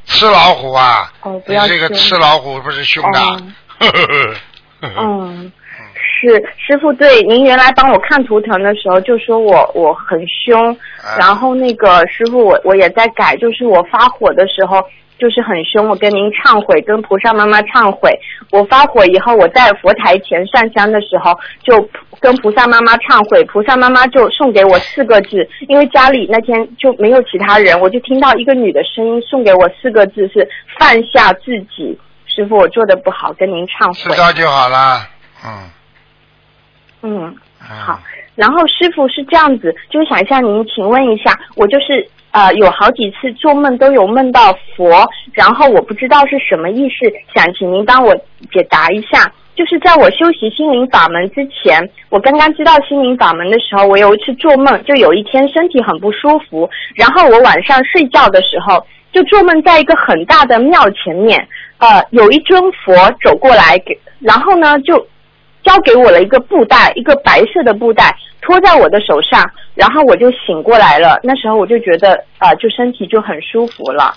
B: 吃老虎啊，
H: 哦不
B: 你
H: 要
B: 这个
H: 凶哦
B: 吃老虎不是凶的， 呵呵呵，呵
H: 嗯，是师傅对您原来帮我看图腾的时候就说我我很凶，
B: 啊
H: 然后那个师傅我我也在改，就是我发火的时候。就是很凶，我跟您忏悔，跟菩萨妈妈忏悔。我发火以后，我在佛台前上香的时候，就跟菩萨妈妈忏悔，菩萨妈妈就送给我四个字，因为家里那天就没有其他人，我就听到一个女的声音送给我四个字是放下自己。师傅，我做的不好，跟您忏
B: 知
H: 悔。
B: 道就好了，嗯，
H: 嗯，
B: 嗯
H: 好，。然后师傅是这样子，就是想向您请问一下，我就是呃有好几次做梦都有梦到佛，然后我不知道是什么意思，想请您帮我解答一下。就是在我修习心灵法门之前，我刚刚知道心灵法门的时候，我有一次做梦，就有一天身体很不舒服，然后我晚上睡觉的时候就做梦在一个很大的庙前面，呃，有一尊佛走过来给，然后呢就交给我了一个布袋，一个白色的布袋，托在我的手上，然后我就醒过来了。那时候我就觉得啊、呃就身体就很舒服了。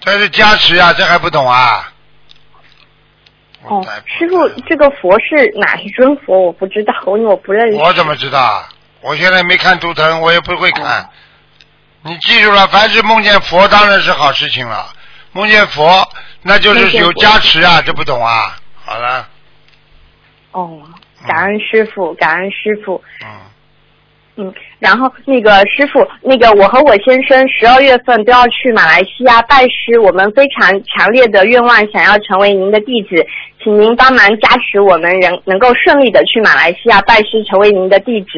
B: 这是加持啊，这还不懂啊？
H: 哦
B: 我才，不
H: 师傅，这个佛是哪一尊佛？我不知道，因为我不认识。
B: 我怎么知道？啊？我现在没看图腾，我也不会
H: 哦
B: 看。你记住了，凡是梦见佛，当然是好事情了。梦见佛，那就是
H: 梦见
B: 有
H: 佛
B: 加持啊，这不懂啊？好了，
H: 哦，感恩师
B: 啊
H: 傅，感恩师傅。
B: 嗯。
H: 嗯，然后那个师傅，那个我和我先生十二月份都要去马来西亚拜师，我们非常强烈的愿望想要成为您的弟子，请您帮忙加持我们人能够顺利的去马来西亚拜师，成为您的弟子。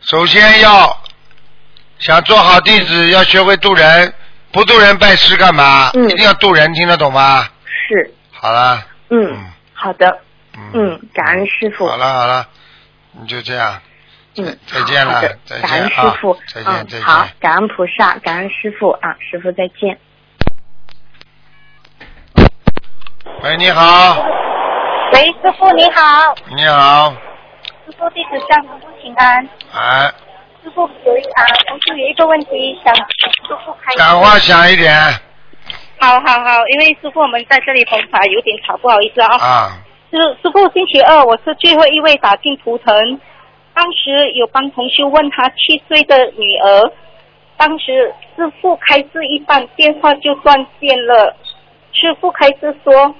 B: 首先要想做好弟子，要学会渡人，不渡人拜师干嘛？
H: 嗯
B: 一定要渡人，听得懂吗？
H: 是，
B: 好啦，
H: 嗯，好的，
B: 嗯
H: 嗯，感恩师傅，
B: 好了好了，你就这样，
H: 嗯，
B: 再见了
H: 好的
B: 再见
H: 感恩师
B: 啊
H: 傅，
B: 再见再
H: 嗯，
B: 见
H: 好，感恩菩萨，感恩师傅啊，师傅再见。
B: 喂，你好，
I: 喂，师傅你好，
B: 你好，
I: 师傅弟子向师傅请安。
B: 哎，
I: 师傅有一啊，同时有一个问题想师傅开。
B: 讲话响一点
I: 好好好，因为师傅我们在这里红法有点吵，不好意思啊。
B: 啊，
I: 师师傅，星期二我是最后一位打进图腾，当时有帮同修问他七岁的女儿，当时师傅开示一半，电话就断线了。师傅开示说，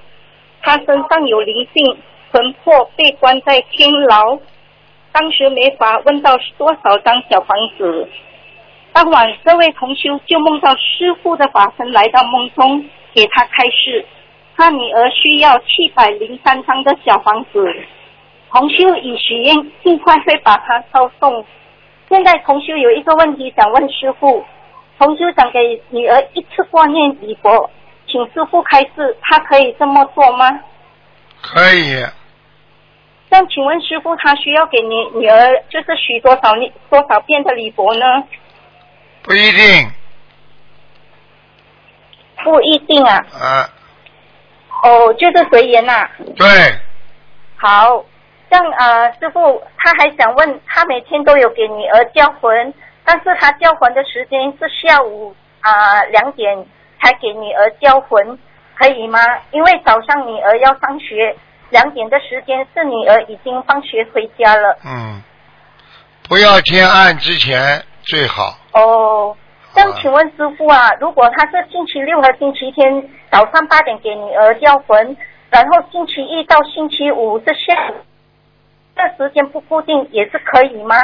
I: 他身上有灵性，魂魄被关在天牢，当时没法问到多少张小房子。当晚，这位同修就梦到师傅的法身来到梦中，给他开示，他女儿需要七百零三张的小房子。同修已许愿，尽快会把它抄送。现在同修有一个问题想问师傅，同修想给女儿一次过念礼佛，请师傅开示，他可以这么做吗？
B: 可以，
I: 那请问师傅，他需要给女女儿就是许多少念多少遍的礼佛呢？
B: 不一定，
I: 不一定啊，
B: 啊，
I: 哦，就是随缘呐、
B: 对，
I: 好，像呃，师傅他还想问，他每天都有给女儿叫魂，但是他叫魂的时间是下午啊两、2点才给女儿叫魂，可以吗？因为早上女儿要上学，两点的时间是女儿已经放学回家了。
B: 嗯，不要天暗之前最好，
I: 哦，那
B: 啊
I: 请问师傅啊，如果他是星期六和星期天早上八点给女儿叫魂，然后星期一到星期五是下午，这时间不固定也是可以吗？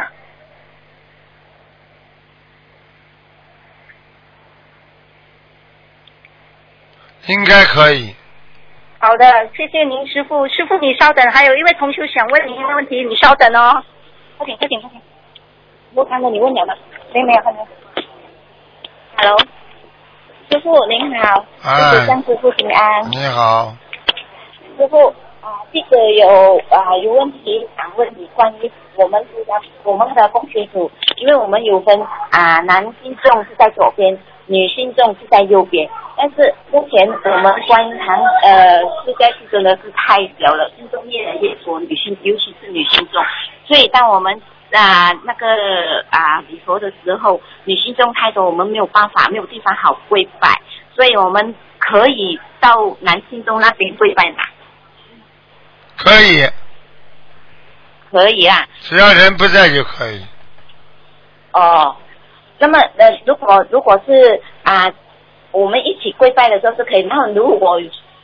B: 应该可以，
I: 好的，谢谢您，师傅。师傅，你稍等，啊还有一位同学想问您一个问题，你稍等哦。快点，快点，快点。我看到你问了吗？没没有，还没有。Hello，师傅您好，
B: 哎嗯
I: 弟子向师傅请安。
B: 你好，
I: 师傅啊，弟子有啊有问题想问你关于我们这家我们的供水组，因为我们有分啊男性众是在左边，女性众是在右边，但是目前我们观音堂呃这个是真的是太小了，听众越来越多，女性尤其是女性众，所以当我们啊、那个啊礼佛的时候，女性众太多，我们没有办法，没有地方好跪拜，所以我们可以到男性众那边跪拜嘛。
B: 可以，
I: 可以啊，
B: 只要人不在就可以，
I: 哦，那么呃，如果如果是啊、我们一起跪拜的时候是可以，然后如果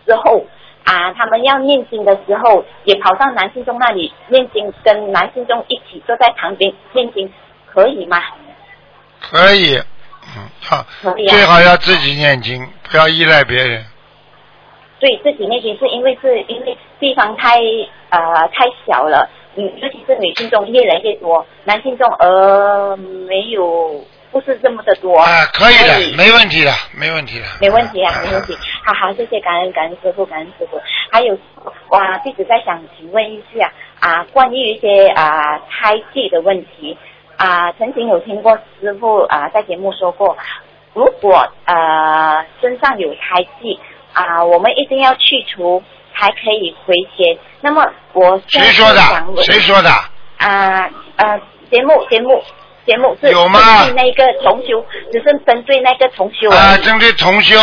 I: 之后啊、他们要念经的时候，也跑到男性中那里念经，跟男性中一起坐在旁边念经，可以吗？
B: 可以，嗯，好，
I: 可以啊
B: 最好要自己念经，不要依赖别人，
I: 对自己内心是因为是因为地方太呃太小了，嗯，尤其是女性中越来越多，男性中呃没有不是这么的多
B: 啊，可以
I: 所
B: 的，没问题的，没问题的，
I: 没问题啊，
B: 嗯
I: 没问题。好好，谢谢感恩感恩师傅，感恩师傅。还有，哇，弟子在想请问一下啊，关于一些啊胎记的问题啊，曾经有听过师傅啊在节目说过，如果呃身上有胎记啊，我们一定要去除才可以回血。那么我现
B: 谁
I: 在
B: 说
I: 想
B: 的？
I: 问
B: 谁说的？
I: 啊呃，节目节目节目是
B: 有吗
I: 针对那个重修，只是针对那个重修
B: 啊，
I: 而已
B: 针对同修，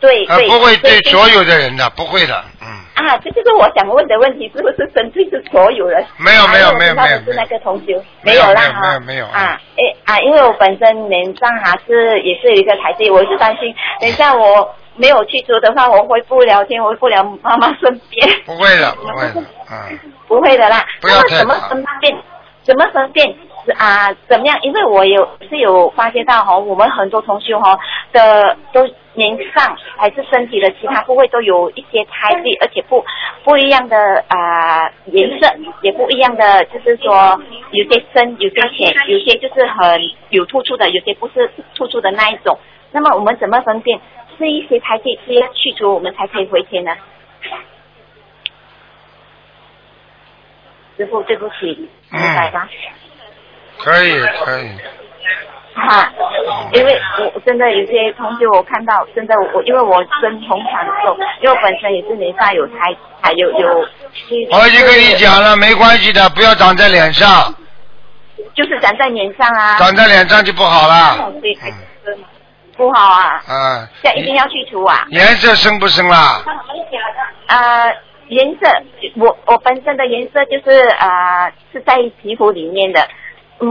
I: 对
B: 啊，
I: 对，
B: 不会对
I: 对
B: 所有的人的，不会的，嗯，
I: 啊，这就是我想问的问题，是不是针对是所有人？
B: 没有没有没有
I: 还
B: 没有
I: 我知道的是那个同修，
B: 没有
I: 有啦
B: 没有
I: 哈，
B: 没有没有
I: 啊，诶啊，因为我本身脸上还是也是有一个台阶，我是担心，等一下我没有去做的话，我回不了天，回不了妈妈身边，
B: 不会的，不会的，嗯，
I: 不会的啦。
B: 不要
I: 那么
B: 太
I: 怎么
B: 怕
I: 分辨？怎么分辨？啊，怎么样？因为我有是有发现到哈、我们很多同学哈、的都年上还是身体的其他部位都有一些胎记，而且不不一样的啊、颜色，也不一样的，就是说有些深，有些浅，有些就是很有突出的，有些不是突出的那一种。那么我们怎么分辨是一些胎记是要去除我们才可以回天呢？
J: 师傅，对不起，五百吧。
B: 嗯可以可以，
J: 哈、因为我真的有些同学我看到，真的我因为我跟同场的时候，因为我本身也是没发有才，还有有，
B: 我已经跟你讲了，没关系的，不要长在脸上，
J: 就是长在脸上啊，
B: 长在脸上就不好了，
J: 所以还是不好啊，
B: 啊，
J: 现在一定要去除啊。
B: 颜色深不深啦？
I: 啊
J: 呃，颜色，我我本身的颜色就是呃是在皮肤里面的，嗯，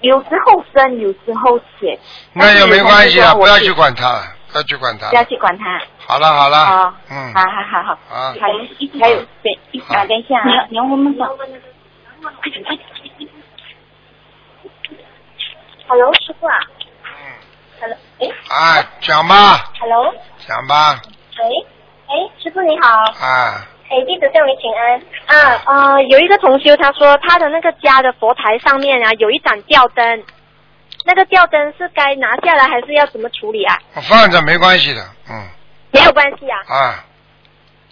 J: 有时候深，有时候浅。
B: 那也没关系
J: 但是有同学
B: 的，
J: 说
B: 不要
J: 我
B: 去管它了，不要去管它
J: 不。要去管它。
B: 好了好了
J: 哦，
B: 嗯
J: 好，好好好。
B: 啊
J: 还有还有等一啊，等一下啊，你我们走。
K: Hello，师傅啊。Hello，哎
B: 嗯啊，讲吧
K: ，Hello，
B: 讲吧，
K: 喂，哎，师傅你好，
B: 啊，
K: 哎，弟子向你请安。啊，呃，有一个同修他说他的那个家的佛台上面啊有一盏吊灯，那个吊灯是该拿下来还是要怎么处理啊？
B: 我放着没关系的，嗯
K: 没有关系啊。
B: 啊，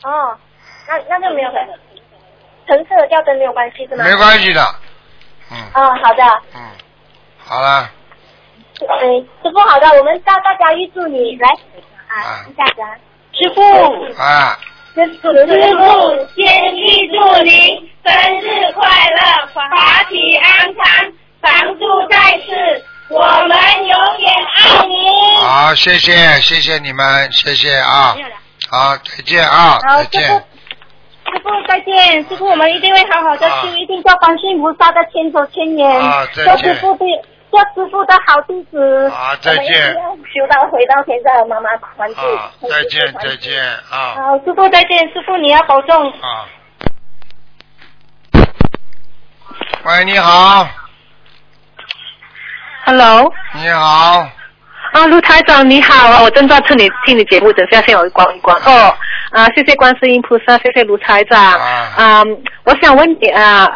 K: 哦，那那就没有关系。橙色的吊灯没有关系是吗？
B: 没关系。的，嗯
C: 啊
K: 哦，好的。
B: 好了，
K: 哎，师傅好的，我们大大家预祝你来啊，一下子啊，师傅。
B: 啊，
K: 师傅，先预祝您生日快乐，法体安康，常驻在世，我们永远爱你。
B: 好，谢谢谢谢你们，谢谢
K: 嗯
B: 啊，好，再见啊，
K: 好
B: 再见，
K: 师傅再见，师傅我们一定会好好的
B: 啊
K: 修，一定叫观世音菩萨的千手千眼
B: 啊，再
K: 做
B: 见
K: 师傅的做师傅的好弟子。
B: 啊再见
K: 我们一定要修到回到天上的妈妈团聚。
B: 啊，再见再见啊
K: 好，师傅再见，师傅你要保重。
B: 啊。喂，你好，
L: Hello，
B: 你好，
L: 啊，卢台长你好啊，我正在听你听你节目，等下先我关一关哦。啊，谢谢观世音菩萨，谢谢卢台长。
B: 啊
L: 啊，我想问你啊，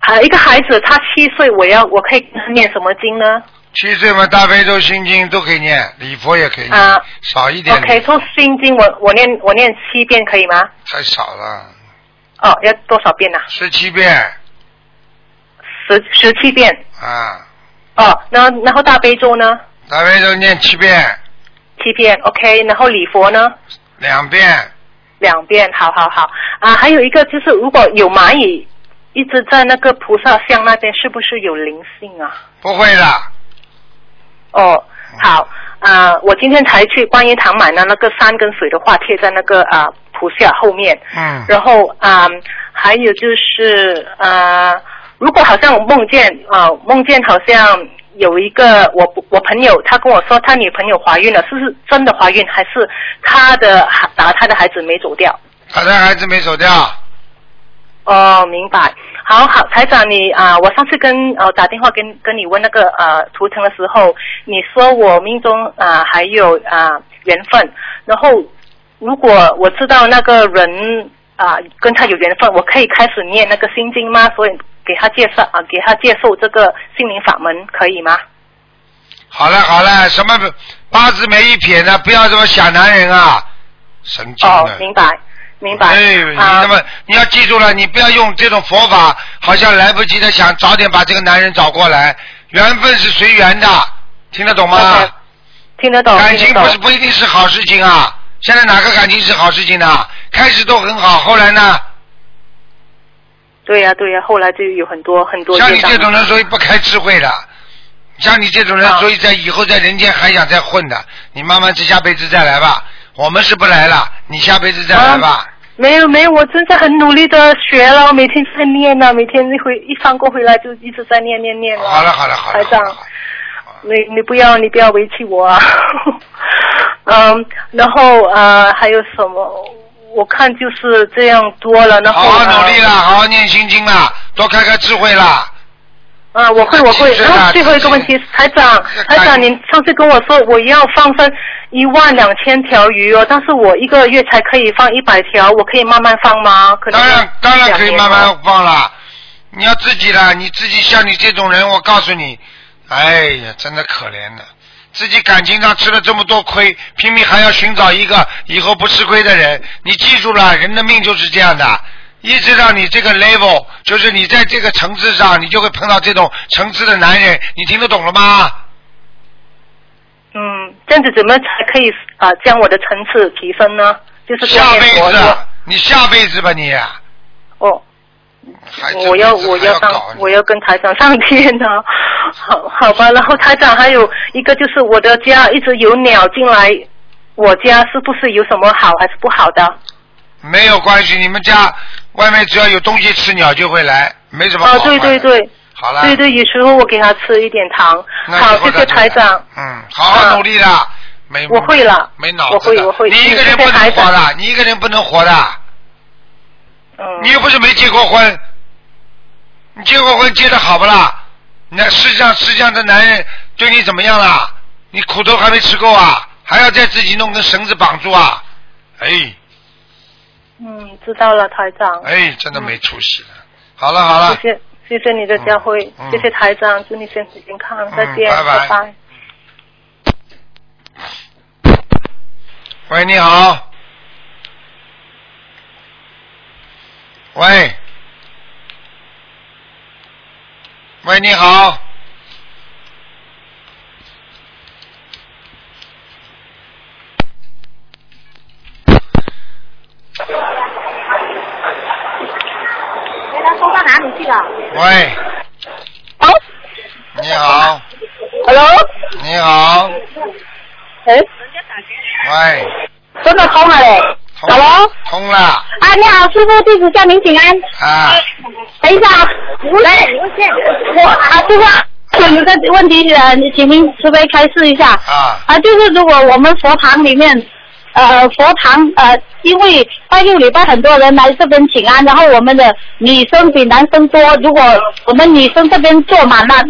L: 啊，一个孩子他七岁，我要我可以跟他念什么经呢？
B: 七岁嘛，大悲咒、心经都可以念，礼佛也可以念
L: 啊，
B: 少一点
L: OK，从心经我我念我念七遍可以吗？
B: 太少了，
L: 哦，要多少遍呢、
B: 十七遍
L: 十十七遍。
B: 啊，
L: 哦，然后然后大悲咒呢？
B: 大悲咒念七遍，
L: 七遍，OK，然后礼佛呢？
B: 两遍，
L: 两遍，好好好啊！还有一个就是，如果有蚂蚁一直在那个菩萨像那边，是不是有灵性啊？
B: 不会的，
L: 哦，好啊！我今天才去观音堂买了那个山跟水的画贴在那个啊菩萨后面，
B: 嗯
L: 然后啊、还有就是啊，如果好像我梦见啊、梦见好像有一个我我朋友，他跟我说他女朋友怀孕了，是不是真的怀孕，还是他的打他的孩子没走掉？
B: 打胎孩子没走掉，
L: 哦，明白。好好，台长你啊、我上次跟呃打电话跟跟你问那个呃图腾的时候，你说我命中啊、还有啊、缘分，然后如果我知道那个人啊、跟他有缘分，我可以开始念那个心经吗？所以给他介绍啊、给他介绍这个心灵法门可以吗？
B: 好了好了，什么八字没一撇呢？不要这么想男人啊，神经
L: 哦
B: 的，。
L: 明白明白。
B: 哎，你
L: 啊
B: 那么你要记住了，你不要用这种佛法，好像来不及的想早点把这个男人找过来。缘分是随缘的，听得懂吗？
L: 听得懂。
B: 感情
L: 听得
B: 不
L: 懂
B: 是不一定是好事情啊。现在哪个感情是好事情呢？开始都很好，后来呢？
L: 对呀、对呀、后来就有很多很多
B: 像
L: 业
B: 你
L: 障
B: 这种人，所以不开智慧的。像你这种人，所以在以后在人间还想再混的，你慢慢这下辈子再来吧。我们是不来了，你下辈子再来吧。
L: 没有没有，我真的很努力的学了，每天在念呐、每天一回一放工回来就一直在念念念了。
B: 好了好了好了
L: 台长，你你不要你不要委屈我啊。 嗯，然后呃还有什么？我看就是这样多了，然
B: 好
L: 后
B: 好努
L: 呃
B: 力啦，好好念心经啦，多开开智慧啦。
L: 啊，我会，我会。
B: 是的
L: 然后最后一个问题，台长，台长，您上次跟我说我要放生一万两千条鱼哦，但是我一个月才可以放一百条，我可以慢慢放吗？可能当然，
B: 当然可以慢慢放啦。你要自己啦，你自己像你这种人，我告诉你，哎呀，真的可怜的。自己感情上吃了这么多亏，拼命还要寻找一个以后不吃亏的人。你记住了，人的命就是这样的，一直到你这个 level，就是你在这个层次上，你就会碰到这种层次的男人。你听得懂了吗？
L: 嗯，这样子怎么才可以啊、将我的层次提升呢？就是多
B: 下
L: 念
B: 辈
L: 佛
B: 子
L: 是吧
B: 啊，你下辈子吧你。
L: 哦。我要我要上我要跟台长上天呢、好好吧。然后台长还有一个就是我的家一直有鸟进来，我家是不是有什么好还是不好的？
B: 没有关系，你们家外面只要有东西吃，鸟就会来，没什么好
L: 啊，
B: 坏
L: 对
B: 的。
L: 对对，
B: 好了。
L: 对对，有时候我给他吃一点糖。
B: 那
L: 好
B: 以，后
L: 谢谢
B: 再
L: 台长。
B: 嗯，好好努力啦，没
L: 我会了
B: 没脑
L: 我
B: 子
L: 会
B: 的
L: 我会
B: 你一个人不能活的，你一个人不能活的。
L: 嗯
B: 你又不是没结过婚，你结过婚结的好不啦？那世界上世界上的男人对你怎么样啦？你苦头还没吃够啊，还要再自己弄根绳子绑住啊？哎
L: 嗯，知道了，台长。
B: 哎，真的没出息了。好了好了，
L: 谢谢谢谢你的教诲，
B: 嗯嗯
L: 谢谢台长，祝你身体健康，再
B: 嗯
L: 见，
B: 拜拜
L: 拜拜
B: 喂，你好。喂，喂，你好。
C: 原来收到哪里去了？
B: 喂。你好，
M: Hello，
B: 你好，
M: 哎，
B: 喂，
M: 真的通了嘞，Hello，
B: 通了
M: 啊，你好，师傅，弟子向您请安。
B: 啊，
M: 等一下啊，来，我啊，师傅，有个问题，呃，你请您慈悲开示一下。
B: 啊
M: 啊，就是如果我们佛堂里面，呃，佛堂呃，因为拜六礼拜很多人来这边请安，然后我们的女生比男生多，如果我们女生这边坐满了，呃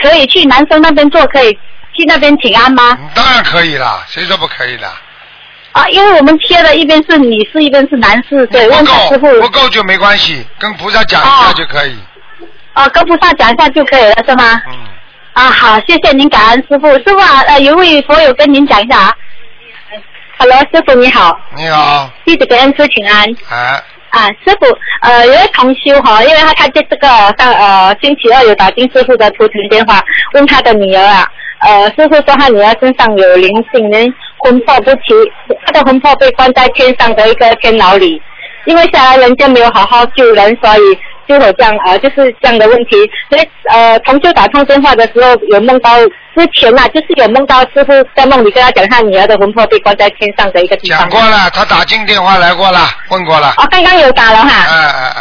M: 可以去男生那边坐，可以去那边请安吗？
B: 当然可以啦，谁说不可以的？
M: 啊，因为我们贴的一边是女士，一边是男士，所以
B: 不
M: 问
B: 够
M: 啊师傅
B: 不够就没关系，跟菩萨讲一下就可以。
M: 啊，跟菩萨讲一下就可以了，是吗？嗯。啊，好，谢谢您，感恩师傅。师傅啊，呃，有一位佛友跟您讲一下啊。Hello，师傅你好，
B: 你好，
M: 弟子给恩师请安。
B: 啊，
M: 啊，师傅，呃，有一位同修哈，因为他看见这个上呃星期二有打进师傅的图腾电话，问他的女儿啊，呃，师傅说他女儿身上有灵性，人魂魄不齐，他的魂魄被关在天上的一个天牢里，因为下来人间没有好好救人，所以就有这样呃就是这样的问题。所以呃，同修打通电话的时候有梦到之前呐、就是有梦到师傅在梦里跟他讲他女儿的魂魄被关在天上的一个地方。
B: 讲过了，他打进电话来过了，问过了。
M: 哦，刚刚有打了哈。
B: 哎哎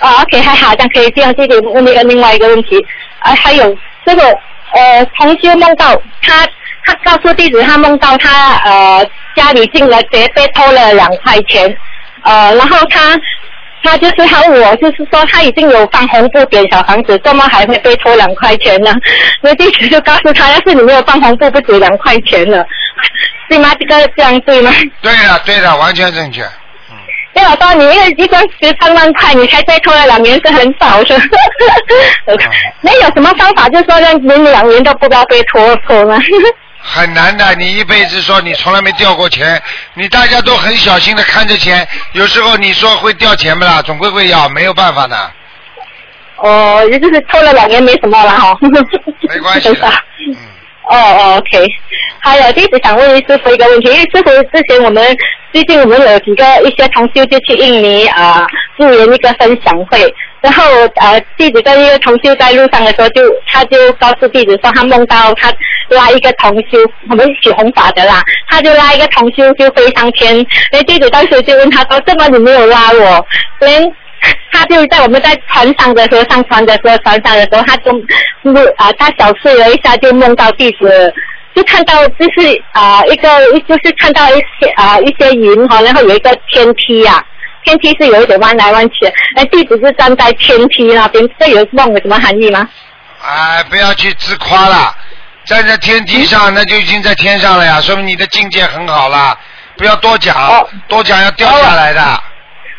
B: 哎，
M: 哦，OK，还好，这样可以这样继续问那个另外一个问题。啊，还有这个呃，同修梦到他，他告诉弟子，他梦到他呃家里进了贼，被偷了两块钱，呃，然后他他就是他问我，就是说他已经有放红布点小房子，怎么还会被偷两块钱呢？ 那弟子就告诉他，要是你没有放红布，不止两块钱了， 对吗？这个这样对吗？
B: 对了对了，完全正确。
M: 对，我说你那个一个十三万块，你才被偷了两年是很少的。 那有什么方法，就是说让连两年都不知道被拖走吗？
B: 很难的，你一辈子说你从来没掉过钱，你大家都很小心的看着钱，有时候你说会掉钱不啦？总归会要，没有办法的。
M: 哦，也就是偷了两年没什么了哈。
B: 没关系嗯的。
M: 哦哦，OK。还有弟子想问师傅一个问题，因为师傅之前我们最近我们有几个一些同修就去印尼啊助研一个分享会，然后呃弟子跟一个同修在路上的时候就他就告诉弟子说他梦到他拉一个同修，我们起红法的啦，他就拉一个同修就飞上天，那弟子当时就问他说怎么你没有拉我？连他就在我们在船上的时候，上船的时候，船上的时候，他就梦啊、他小睡了一下，就梦到弟子，就看到就是啊、一个就是看到一些啊、一些云哈、然后有一个天梯啊，天梯是有一点弯来弯去的，那弟子是站在天梯那边，这有梦有什么含义吗？
B: 哎，不要去自夸了，站在天梯上，那就已经在天上了呀，说明你的境界很好啦。不要多讲，多讲要掉下来的。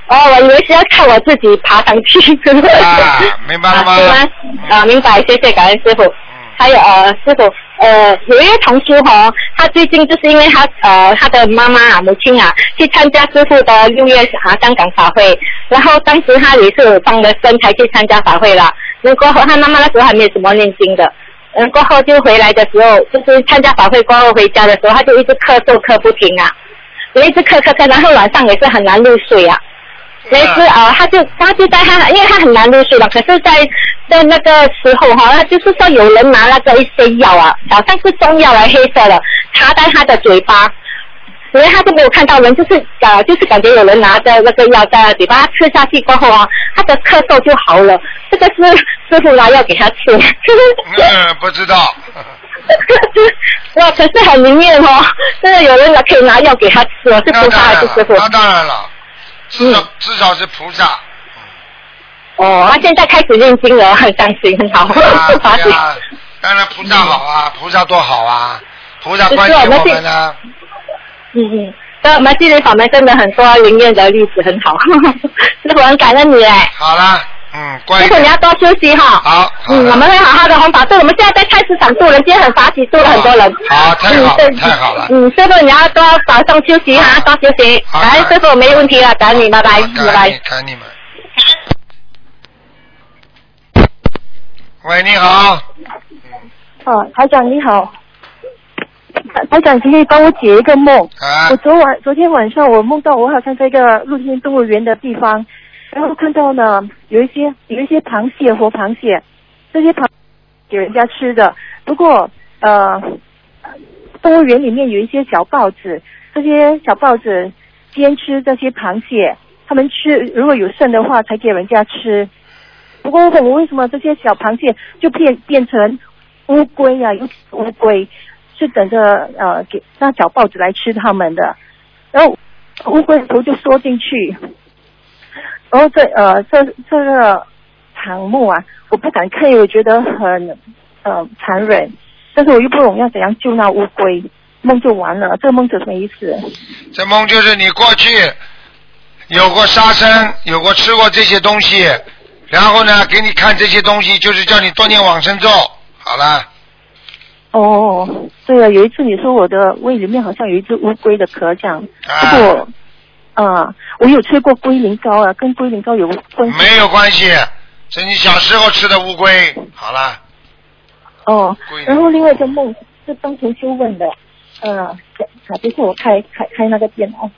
M: 哦，我以为是要看我自己爬上去。啊，
B: 明白了吗嗯
M: 啊，对吗啊明白，谢谢感恩师傅。还有呃，师傅，呃有一位同修哈、哦，他最近就是因为他呃他的妈妈啊母亲啊去参加师傅的六月啊香港法会，然后当时他也是放了生才去参加法会了，那过后他妈妈那时候还没有什么念经的。嗯，过后就回来的时候，就是参加法会过后回家的时候，他就一直咳嗽咳不停啊，我一直咳咳咳，然后晚上也是很难入睡啊。没事啊，他就他就在他，因为他很难入睡了。可是在，在那个时候哈、他就是说有人拿那个一些药啊，好像是中药啊来黑色的，插在他的嘴巴，所以他就没有看到人，就是呃，就是感觉有人拿着那个药在嘴巴吃下去过后啊，他的咳嗽就好了。这个是师傅拿药给他吃。
B: 嗯，不知道。
M: 哇，可是很灵验哦，真的有人拿可以拿药给他吃哦，是菩萨还是师嗯傅？
B: 那当然了，至少至少是菩萨。
M: 哦，他现在开始念经了， 很伤心，很 好，发
B: 啊对哎呀，当然菩萨好啊，菩萨多好啊，菩萨
M: 嗯就是
B: 关心
M: 我们
B: 我
M: 这
B: 们呢。
M: 嗯嗯，那我们心灵法门真的很多灵验的例子，很好， 师傅很感恩你哎，
B: 好啦，嗯，关
M: 师傅你要多休息哈。
B: 好，
M: 嗯，我们会好好的弘法度，我们现在在菜市场度人，今天很发起度了很多人。
B: 好，太好了，
M: 嗯
B: 太好了。
M: 嗯，师傅你要多早上休息哈，多休息。来，师傅没问题了，等你，拜拜，拜
B: 感恩
M: 拜
B: 你，。感恩你们。喂，你好，
N: 啊，台长你好，台台长，请你帮我解一个梦。
B: 啊
N: 我昨晚昨天晚上我梦到我好像在一个露天动物园的地方，然后看到呢有一些有一些螃蟹活螃蟹，这些螃给人家吃的。不过呃，动物园里面有一些小豹子，这些小豹子先吃这些螃蟹，他们吃如果有剩的话才给人家吃。不过我为什么这些小螃蟹就变变成乌龟啊，尤其是乌龟是等着呃给那小豹子来吃它们的，然后乌龟的头就缩进去，然后这呃这这个场目啊，我不敢看，因为我觉得很呃残忍，但是我又不懂要怎样救那乌龟，梦就完了，这个梦就什么意思？
B: 这梦就是你过去有过杀生，有过吃过这些东西，然后呢，给你看这些东西，就是叫你多念往生咒。好了，
N: 哦，对了，有一次你说我的胃里面好像有一只乌龟的壳这样，不过，啊，我有吃过龟苓膏啊，跟龟苓膏有关系。
B: 没有关系，是你小时候吃的乌龟。好了，
N: 哦
B: 龟苓，
N: 然后另外一个梦是帮同修问的，呃，啊，不是我开开开那个电脑。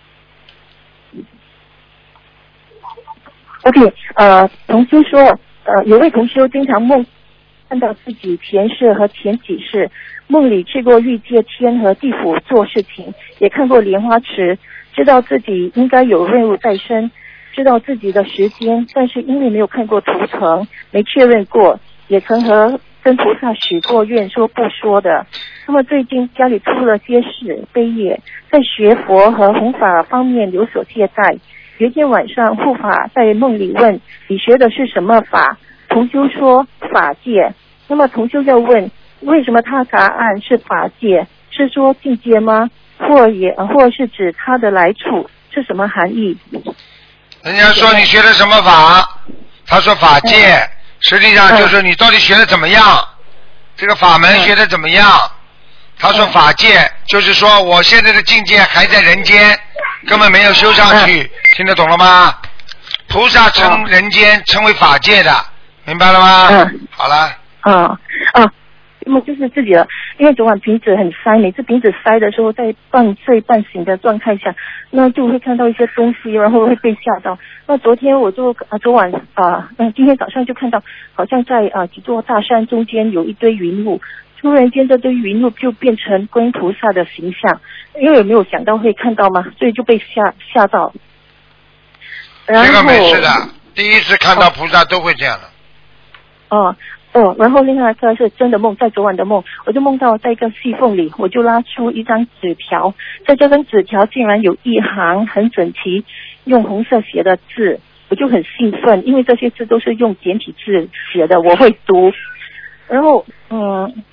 N: OK，呃，同修说，呃，有位同修经常梦看到自己前世和前几世，梦里去过欲界天和地府做事情，也看过莲花池，知道自己应该有任务在身，知道自己的时间，但是因为没有看过图腾，没确认过，也曾和跟菩萨许过愿，说不说的。那么最近家里出了些事，悲业，在学佛和弘法方面有所懈怠。有一天晚上，护法在梦里问：“你学的是什么法？”同修说：“法界。”那么同修要问：“为什么他答案是法界？是说境界吗？或也呃或是指它的来处是什么含义？”
B: 人家说你学的什么法？他说法
N: 嗯
B: 界，实际上就是你到底学的怎么样？这个法
N: 嗯
B: 门学的怎么样？他说法界，就是说我现在的境界还在人间，根本没有修上
N: 嗯
B: 去，听得懂了吗？菩萨称人间称为法界的，明白了吗？
N: 嗯
B: 好了，
N: 啊啊，那么就是自己的，因为昨晚瓶子很塞，每次瓶子塞的时候，在半睡半醒的状态下，那就会看到一些东西，然后会被吓到。那昨天我就啊，昨晚啊，那今天早上就看到，好像在啊几座大山中间有一堆云雾。突然间，这堆云雾就变成观音菩萨的形象，因为没有想到会看到嘛，所以就被吓吓到。然后
B: 这个没事的，第一次看到菩萨都会这样的。
N: 哦哦，然后另外一个是真的梦，在昨晚的梦，我就梦到在一个细缝里，我就拉出一张纸条，在这张纸条竟然有一行很整齐，用红色写的字，我就很兴奋，因为这些字都是用简体字写的，我会读。然后嗯，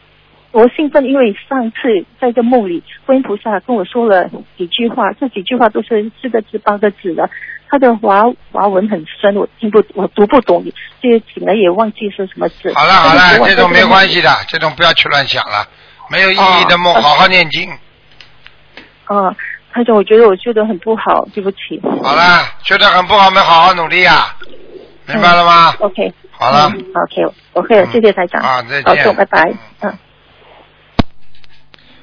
N: 我兴奋，因为上次在这梦里，观音菩萨跟我说了几句话，这几句话都是四个字、八个字的，他的华华文很深，我听不，我读不懂，就醒了也忘记是什么字。
B: 好了好
N: 但是
B: 了
N: 昨，晚
B: 这种
N: 在
B: 没
N: 嗯个梦
B: 关系的，这种不要去乱想了。没有意义的梦，
N: 哦
B: 好好念经。
N: 嗯，台长，我觉得我修的很不好，对不起。
B: 好了，学啊得很不好，我们好好努力呀、啊明白了吗？
N: ？OK，
B: 好了，
N: 嗯，OK，我会，谢谢台长。
B: 啊，再见。
N: OK，拜拜。嗯。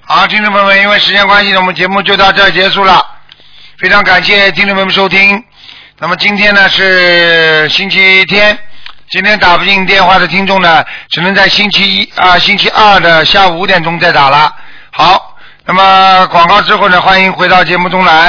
B: 好，听众朋友们，因为时间关系呢，我们节目就到这儿结束了。非常感谢听众朋友们收听。那么今天呢是星期天，今天打不进电话的听众呢，只能在星期一啊、星期二的下午五点钟再打了。好，那么广告之后呢，欢迎回到节目中来。